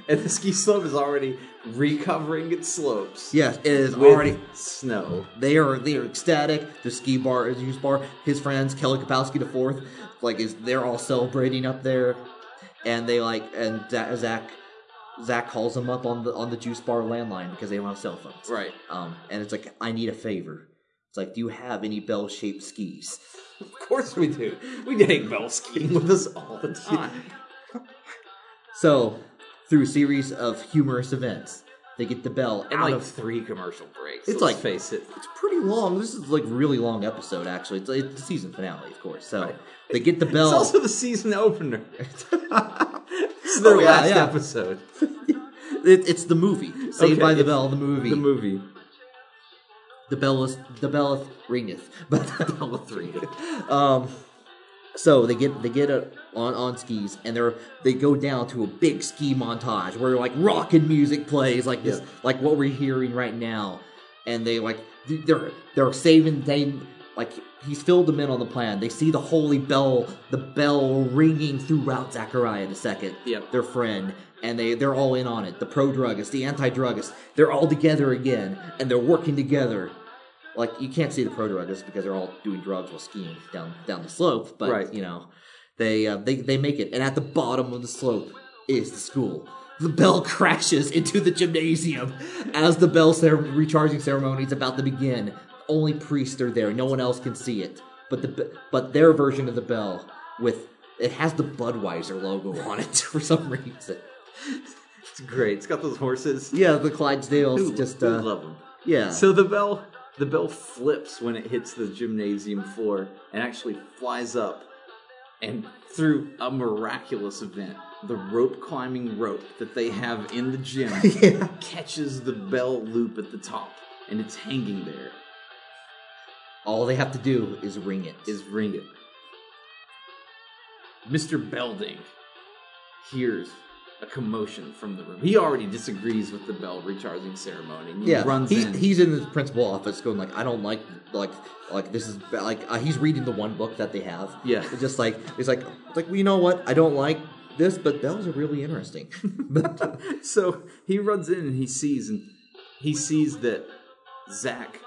Speaker 2: and the ski slope is already recovering its slopes.
Speaker 1: Yes, it is
Speaker 2: with
Speaker 1: already
Speaker 2: snow.
Speaker 1: They are they are ecstatic. The ski bar is used bar. His friends Kelly Kapowski the fourth, like is they're all celebrating up there, and they like and Za- Zach Zach calls them up on the on the juice bar landline because they don't have cell phones.
Speaker 2: Right.
Speaker 1: Um, and it's like I need a favor. It's like, do you have any bell shaped skis?
Speaker 2: Of course we do. We take bell skiing with us all the time.
Speaker 1: So through a series of humorous events, they get the bell
Speaker 2: and
Speaker 1: out
Speaker 2: like
Speaker 1: of
Speaker 2: three commercial breaks.
Speaker 1: It's like-
Speaker 2: let's face it,
Speaker 1: it's pretty long. This is like really long episode actually. It's, it's the season finale, of course. So
Speaker 2: Right.
Speaker 1: they get the bell.
Speaker 2: it's also the season opener. it's their
Speaker 1: Oh, yeah,
Speaker 2: last
Speaker 1: yeah.
Speaker 2: episode.
Speaker 1: It, it's the movie. Saved
Speaker 2: Okay,
Speaker 1: by the
Speaker 2: it's
Speaker 1: Bell, the movie.
Speaker 2: The
Speaker 1: The,
Speaker 2: movie.
Speaker 1: bell is the belleth ringeth. But
Speaker 2: All three.
Speaker 1: um, so they get they get uh on on skis and they're they go down to a big ski montage where like rock and music plays like this
Speaker 2: Yeah.
Speaker 1: like what we're hearing right now, and they like they're they're saving they like he's filled them in on the plan. They see the holy bell the bell ringing throughout Zachariah the second
Speaker 2: Yep.
Speaker 1: their friend and they they're all in on it the pro druggist the anti druggist they're all together again and they're working together like you can't see the pro druggist because they're all doing drugs while skiing down down the slope but
Speaker 2: Right.
Speaker 1: you know they uh, they they make it and at the bottom of the slope is the school the bell crashes into the gymnasium as the bell cer- recharging ceremony is about to begin only priests are there no one else can see it but the be- but their version of the bell with it has the Budweiser logo on it for some reason.
Speaker 2: It's great. It's got those horses.
Speaker 1: Yeah, the Clydesdales
Speaker 2: Who-
Speaker 1: just
Speaker 2: who
Speaker 1: uh,
Speaker 2: love them.
Speaker 1: yeah.
Speaker 2: So the bell, the bell flips when it hits the gymnasium floor and actually flies up, and through a miraculous event, the rope climbing rope that they have in the gym
Speaker 1: yeah.
Speaker 2: catches the bell loop at the top, and it's hanging there.
Speaker 1: All they have to do is ring it.
Speaker 2: is ring it. Mr. Belding hears a commotion from the room. He already disagrees with the bell recharging ceremony. and He
Speaker 1: yeah,
Speaker 2: runs
Speaker 1: he,
Speaker 2: in.
Speaker 1: he's in the principal office going like, I don't like like like this is ba- like uh, he's reading the one book that they have.
Speaker 2: Yeah.
Speaker 1: it's just like he's like like well, you know what I don't like this, but bells are really interesting. but
Speaker 2: so he runs in and he sees and he sees that Zach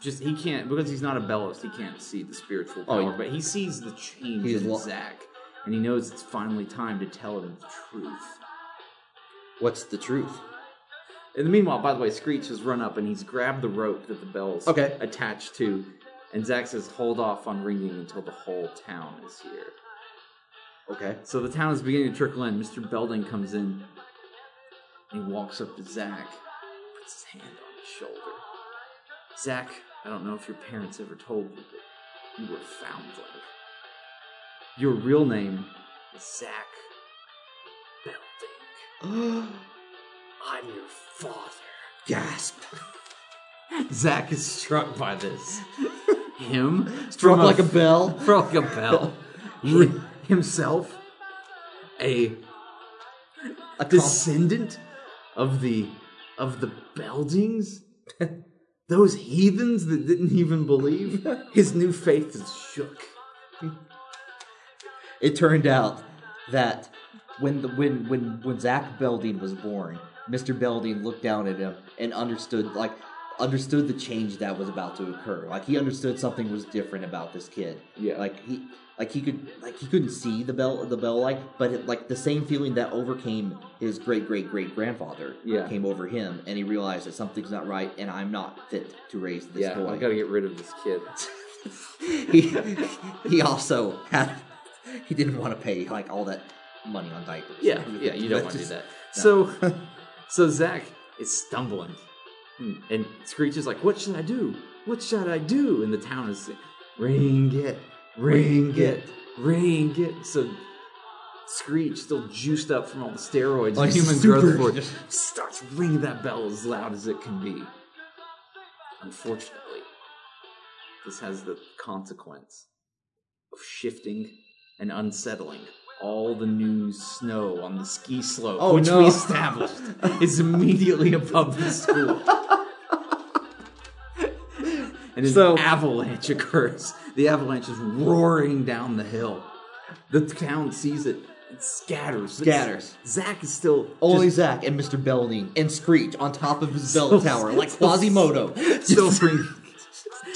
Speaker 2: just he can't because he's not a bellist. He can't see the spiritual
Speaker 1: Oh,
Speaker 2: power,
Speaker 1: yeah.
Speaker 2: but he sees the change
Speaker 1: He's
Speaker 2: in
Speaker 1: lo-
Speaker 2: Zach, and he knows it's finally time to tell him the truth.
Speaker 1: what's the truth?
Speaker 2: In the meanwhile, by the way, Screech has run up and he's grabbed the rope that the bell's
Speaker 1: Okay.
Speaker 2: attached to, and Zack says, "Hold off on ringing until the whole town is here."
Speaker 1: Okay,
Speaker 2: So the town is beginning to trickle in. Mister Belding comes in and he walks up to Zack, puts his hand on his shoulder. Zack, I don't know if your parents ever told you, but you were a foundling. Your real name is Zack Belding. I'm your father.
Speaker 1: gasp!
Speaker 2: Zach is struck by this. Him
Speaker 1: Struck
Speaker 2: from
Speaker 1: like a bell.
Speaker 2: from like a bell. Hi- Himself, a
Speaker 1: A cons-
Speaker 2: descendant of the of the Beldings, those heathens that didn't even believe. His new faith is shook.
Speaker 1: it turned out that when the when when when Zach Belding was born, Mr. Belding looked down at him and understood, like, understood the change that was about to occur. Like, he understood something was different about this kid.
Speaker 2: Yeah.
Speaker 1: Like he, like he could, like he couldn't see the bell, the bell light, but it, like the same feeling that overcame his great great great grandfather
Speaker 2: Yeah.
Speaker 1: came over him, and he realized that something's not right, and I'm not fit to raise this
Speaker 2: yeah,
Speaker 1: boy.
Speaker 2: I gotta get rid of this kid.
Speaker 1: he, he also had, he didn't want to pay like all that money on diapers.
Speaker 2: yeah, yeah, you don't want to do that. So, Hmm. so Zach is stumbling, and Screech is like, "What should I do? What should I do?" And the town is saying, "Ring it, ring it, ring it." So. Screech, still juiced up from all the steroids
Speaker 1: Like
Speaker 2: and human
Speaker 1: super-
Speaker 2: growth hormone, starts ringing that bell as loud as it can be. Unfortunately, this has the consequence of shifting and unsettling all the new snow on the ski slope,
Speaker 1: Oh,
Speaker 2: which
Speaker 1: no.
Speaker 2: we established is immediately above the school. and an
Speaker 1: So-
Speaker 2: avalanche occurs. The avalanche is roaring down the hill. The town sees it. It scatters.
Speaker 1: Scatters.
Speaker 2: Zach is still
Speaker 1: Only
Speaker 2: just
Speaker 1: Zack and Mr. Belding and Screech on top of his bell tower, like Quasimodo.
Speaker 2: still ringing.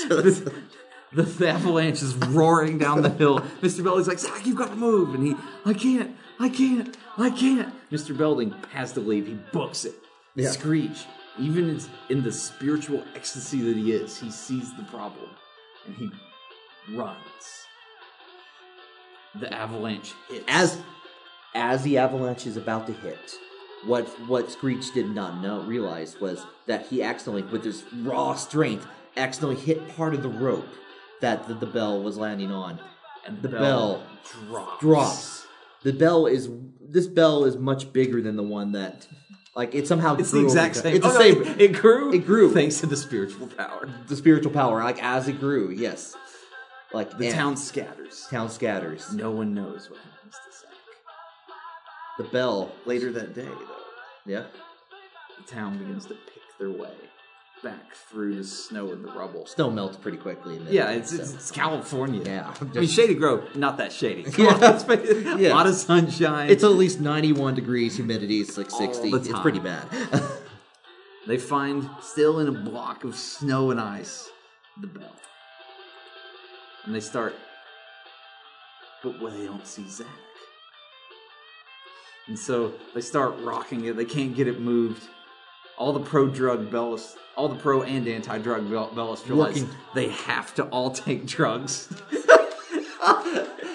Speaker 2: the, the, the avalanche is roaring down the hill. Mr. Belding's like, Zach, you've got to move. And he, I can't, I can't, I can't. Mr. Belding has to leave. He books it.
Speaker 1: Yeah.
Speaker 2: Screech, even in- in the spiritual ecstasy that he is, he sees the problem and he runs. The avalanche hits.
Speaker 1: as as the avalanche is about to hit, what what Screech did not know realize was that he accidentally, with his raw strength, accidentally hit part of the rope that the, the bell was landing on.
Speaker 2: and
Speaker 1: the bell
Speaker 2: drops.
Speaker 1: Drops. The bell is this bell is much bigger than the one that, like, it somehow
Speaker 2: It's the
Speaker 1: grew
Speaker 2: exact
Speaker 1: over-
Speaker 2: same.
Speaker 1: It's
Speaker 2: Oh,
Speaker 1: the same.
Speaker 2: no, It, it grew.
Speaker 1: It grew.
Speaker 2: thanks to the spiritual power.
Speaker 1: the spiritual power, like as it grew, yes. Like
Speaker 2: The
Speaker 1: and
Speaker 2: town scatters.
Speaker 1: town scatters.
Speaker 2: No one knows what happens to Zach.
Speaker 1: The bell
Speaker 2: Later that day, though,
Speaker 1: Yeah.
Speaker 2: the town begins to pick their way back through the snow and the rubble.
Speaker 1: Snow melts pretty quickly. In
Speaker 2: Yeah,
Speaker 1: Midway,
Speaker 2: it's, it's,
Speaker 1: so.
Speaker 2: it's California.
Speaker 1: yeah.
Speaker 2: I mean, Shady Grove, not that shady. Come
Speaker 1: Yeah.
Speaker 2: on, let's face it. a
Speaker 1: Yeah.
Speaker 2: lot of sunshine.
Speaker 1: It's at least 91 degrees, humidity is like
Speaker 2: All
Speaker 1: 60.
Speaker 2: the
Speaker 1: It's
Speaker 2: time.
Speaker 1: pretty bad.
Speaker 2: they find still in a block of snow and ice the bell, and they start. But well, they don't see Zach, and so they start rocking it. They can't get it moved. All the pro drug bellas, all the pro and anti drug bellas realize
Speaker 1: Working.
Speaker 2: they have to all take drugs.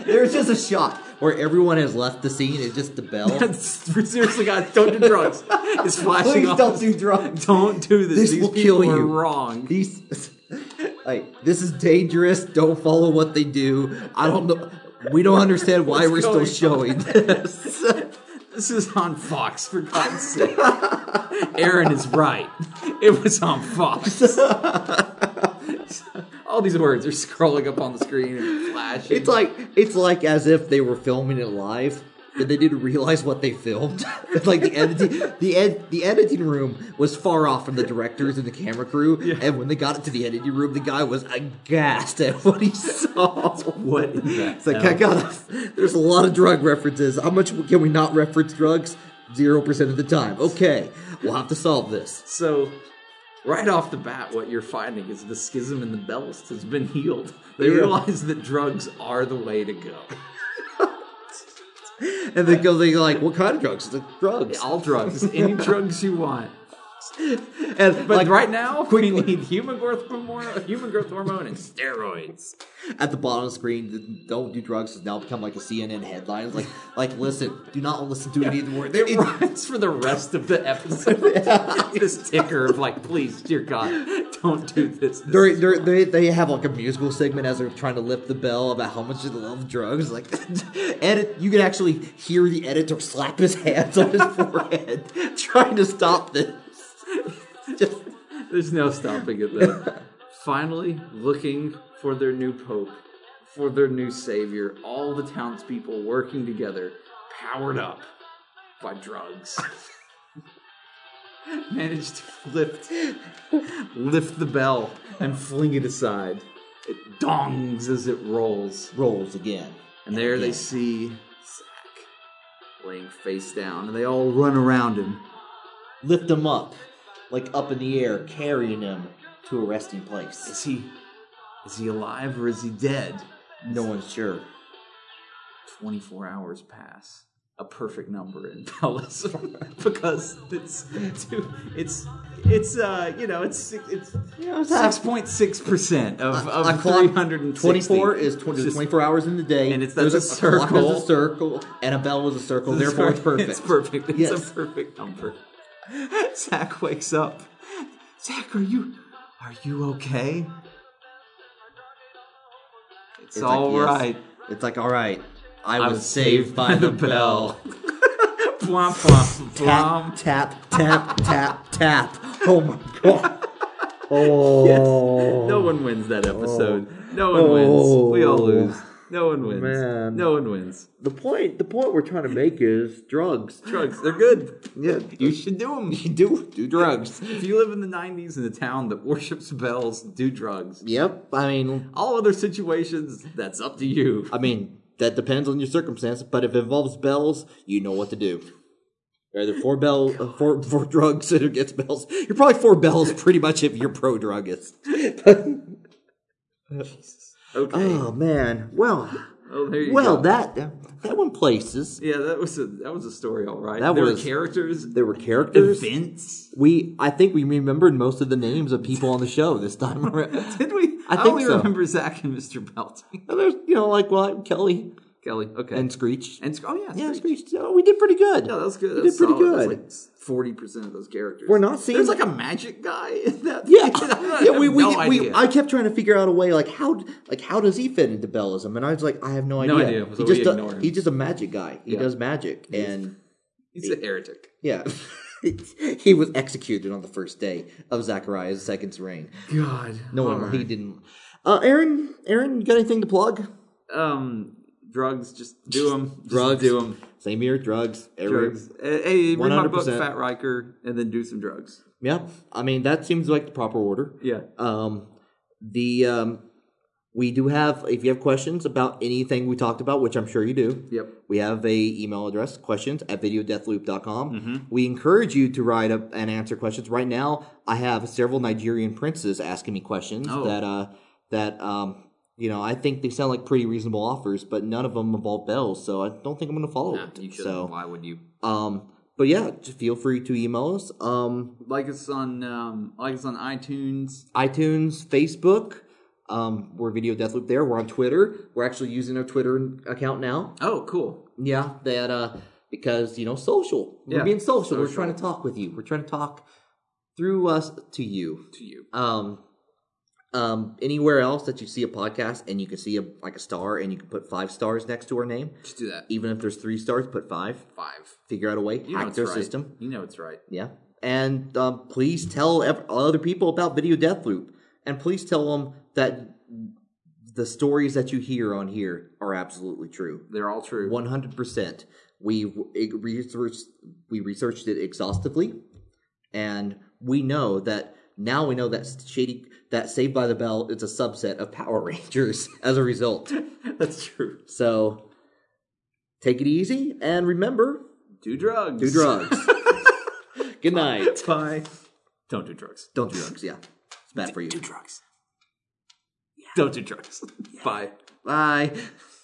Speaker 1: There's just a shot where everyone has left the scene. It's just the bell.
Speaker 2: Seriously, guys, don't do drugs. It's flashing.
Speaker 1: Please
Speaker 2: off.
Speaker 1: don't do drugs.
Speaker 2: Don't do this.
Speaker 1: This
Speaker 2: These
Speaker 1: will
Speaker 2: people
Speaker 1: kill
Speaker 2: are
Speaker 1: you.
Speaker 2: wrong.
Speaker 1: These, like, this is dangerous. Don't follow what they do. I don't know. We don't understand why
Speaker 2: What's
Speaker 1: we're still
Speaker 2: going
Speaker 1: showing this.
Speaker 2: This is on Fox, for God's sake. Aaron is right. It was on Fox. All these words are scrolling up on the screen and flashing.
Speaker 1: It's like it's like as if they were filming it live, and they didn't realize what they filmed. It's like the editing the ed, the editing room was far off from the directors and the camera crew, and when they got it to the editing room, the guy was aghast at what he saw.
Speaker 2: what in the
Speaker 1: It's like
Speaker 2: hell?
Speaker 1: I got there's a lot of drug references. How much can we not reference drugs? Zero percent of the time. Okay, we'll have to solve this.
Speaker 2: So, right off the bat, what you're finding is the schism in the Bells has been healed. They
Speaker 1: Yeah.
Speaker 2: realize that drugs are the way to go.
Speaker 1: And they go, they like, what kind of drugs? It's like drugs.
Speaker 2: All drugs, any drugs you want.
Speaker 1: And
Speaker 2: But
Speaker 1: like
Speaker 2: right now, we need human growth hormone, human growth hormone, and steroids.
Speaker 1: at the bottom of the screen, the "Don't do drugs" has now become like a CNN headline. It's like, like listen, do not listen to any of the words.
Speaker 2: It runs for the rest of the episode. this ticker of like, please, dear God, don't do this. This
Speaker 1: They're-
Speaker 2: is
Speaker 1: they're-
Speaker 2: wrong.
Speaker 1: they they have like a musical segment as they're trying to lift the bell about how much they love drugs. Like, edit, you can actually hear the editor slap his hands on his forehead trying to stop this. Just,
Speaker 2: There's no stopping it though. Finally, looking for their new pope, for their new savior, all the townspeople working together, powered up by drugs. Managed to lift, lift the bell and fling it aside. It dongs as it rolls.
Speaker 1: rolls again.
Speaker 2: And there they
Speaker 1: again.
Speaker 2: see Zack laying face down, and they all run around him.
Speaker 1: lift him up, like up in the air, carrying him to a resting place.
Speaker 2: Is he is he alive or is he dead?
Speaker 1: No one's sure.
Speaker 2: 24 hours pass. A perfect number in Bellism because it's dude, it's it's uh you know it's it's six point six percent of,
Speaker 1: A
Speaker 2: of
Speaker 1: clock-
Speaker 2: three hundred and
Speaker 1: 24 is 20,
Speaker 2: It's just-
Speaker 1: 24 hours in the day.
Speaker 2: and it's-
Speaker 1: There's
Speaker 2: that's a
Speaker 1: a, clock
Speaker 2: circle.
Speaker 1: is a circle, and a bell is a circle, therefore it's perfect.
Speaker 2: It's perfect. It's
Speaker 1: Yes.
Speaker 2: a perfect number. Zach wakes up. Zach, are you are you okay? It's,
Speaker 1: like,
Speaker 2: all
Speaker 1: yes.
Speaker 2: right.
Speaker 1: It's like, all right, I, was, saved, by the bell.
Speaker 2: Plum, plum, plum.
Speaker 1: Tap, tap, tap, tap, tap. Oh my god. Oh.
Speaker 2: No one wins that episode. No one
Speaker 1: Oh.
Speaker 2: wins. We all lose. No one wins.
Speaker 1: Man.
Speaker 2: No one wins.
Speaker 1: The point, the point we're trying to make is drugs.
Speaker 2: Drugs, they're good.
Speaker 1: Yeah.
Speaker 2: You should do them.
Speaker 1: You do do drugs.
Speaker 2: If you live in the 90s in a town that worships bells, do drugs.
Speaker 1: Yep. I mean,
Speaker 2: All other situations, that's up to you.
Speaker 1: I mean that depends on your circumstance, but if it involves bells, you know what to do. You're Either for bell, uh, for for drugs and against bells. You're probably for bells pretty much if you're pro druggist.
Speaker 2: Okay.
Speaker 1: oh man. Well,
Speaker 2: Oh, there you
Speaker 1: well
Speaker 2: go.
Speaker 1: that that went places.
Speaker 2: yeah, that was a that was a story, all right.
Speaker 1: That
Speaker 2: there
Speaker 1: was-
Speaker 2: were characters,
Speaker 1: There were characters.
Speaker 2: events.
Speaker 1: We I think we remembered most of the names of people on the show this time around.
Speaker 2: Did we?
Speaker 1: I think
Speaker 2: only
Speaker 1: so.
Speaker 2: remember Zach and Mr. Belting.
Speaker 1: And there's you know like well Kelly
Speaker 2: Kelly. Okay.
Speaker 1: and Screech.
Speaker 2: and oh yeah,
Speaker 1: Yeah,
Speaker 2: Screech.
Speaker 1: Screech. So we did pretty good.
Speaker 2: Yeah, that was good.
Speaker 1: We
Speaker 2: That
Speaker 1: did
Speaker 2: was
Speaker 1: pretty
Speaker 2: solid. That was
Speaker 1: good.
Speaker 2: like forty percent of those characters.
Speaker 1: We're not seeing-
Speaker 2: There's like a magic guy in that.
Speaker 1: Yeah,
Speaker 2: thing. I
Speaker 1: yeah.
Speaker 2: have
Speaker 1: We, we,
Speaker 2: no
Speaker 1: we,
Speaker 2: idea.
Speaker 1: I kept trying to figure out a way, like how, like how does he fit into Bellism? And I was like, I have no idea.
Speaker 2: No idea,
Speaker 1: he
Speaker 2: so
Speaker 1: just,
Speaker 2: we
Speaker 1: a-
Speaker 2: ignore him.
Speaker 1: he's just a magic guy. He
Speaker 2: Yeah.
Speaker 1: does magic, and
Speaker 2: He's a heretic.
Speaker 1: yeah, he was executed on the first day of Zachariah's second reign.
Speaker 2: God,
Speaker 1: No one, he didn't. Uh, Aaron, Aaron, you got anything to plug?
Speaker 2: Um, drugs. Just do them.
Speaker 1: Drugs.
Speaker 2: do them.
Speaker 1: Same here, drugs, everywhere.
Speaker 2: Drugs. Eh, Hey, read my book,
Speaker 1: 100%.
Speaker 2: Fat Riker, and then do some drugs.
Speaker 1: Yeah, I mean that seems like the proper order.
Speaker 2: Yeah.
Speaker 1: Um, the um, we do have if you have questions about anything we talked about, which I'm sure you do.
Speaker 2: Yep.
Speaker 1: We have a email address, questions at videodeathloop.com.
Speaker 2: Mm-hmm.
Speaker 1: We encourage you to write up and answer questions. Right now, I have several Nigerian princes asking me questions
Speaker 2: Oh.
Speaker 1: that uh that um you know I think they sound like pretty reasonable offers, but none of them involve bells, so I don't think I'm going to follow
Speaker 2: Nah,
Speaker 1: it.
Speaker 2: you shouldn't.
Speaker 1: so,
Speaker 2: Why would you?
Speaker 1: um, but yeah, just feel free to email us. Um,
Speaker 2: Like us on um, like us on iTunes.
Speaker 1: iTunes, Facebook. Um, we're Video Deathloop there. We're on Twitter. We're actually using our Twitter account now.
Speaker 2: Oh, cool.
Speaker 1: Yeah, that uh because you know social. We're
Speaker 2: Yeah,
Speaker 1: being social. We're
Speaker 2: social.
Speaker 1: trying to talk with you. We're trying to talk through us to you.
Speaker 2: To you.
Speaker 1: Um um anywhere else that you see a podcast and you can see a like a star and you can put five stars next to our name.
Speaker 2: Just do that.
Speaker 1: Even if there's three stars, put five.
Speaker 2: Five.
Speaker 1: Figure out a way.
Speaker 2: You know
Speaker 1: hack
Speaker 2: it's
Speaker 1: their
Speaker 2: right.
Speaker 1: system.
Speaker 2: You know it's right.
Speaker 1: Yeah. And um, please tell ev- other people about Video Death Loop. And please tell them that the stories that you hear on here are absolutely true.
Speaker 2: They're all true.
Speaker 1: One hundred percent. We researched we researched it exhaustively, and we know that now we know that shady that Saved by the Bell is a subset of Power Rangers. As a result,
Speaker 2: That's true.
Speaker 1: so take it easy and remember
Speaker 2: Do drugs.
Speaker 1: do drugs. Good night.
Speaker 2: Bye. Don't do drugs.
Speaker 1: Don't do drugs. Yeah, it's bad for you.
Speaker 2: Do drugs. Don't do drugs. Bye.
Speaker 1: Bye.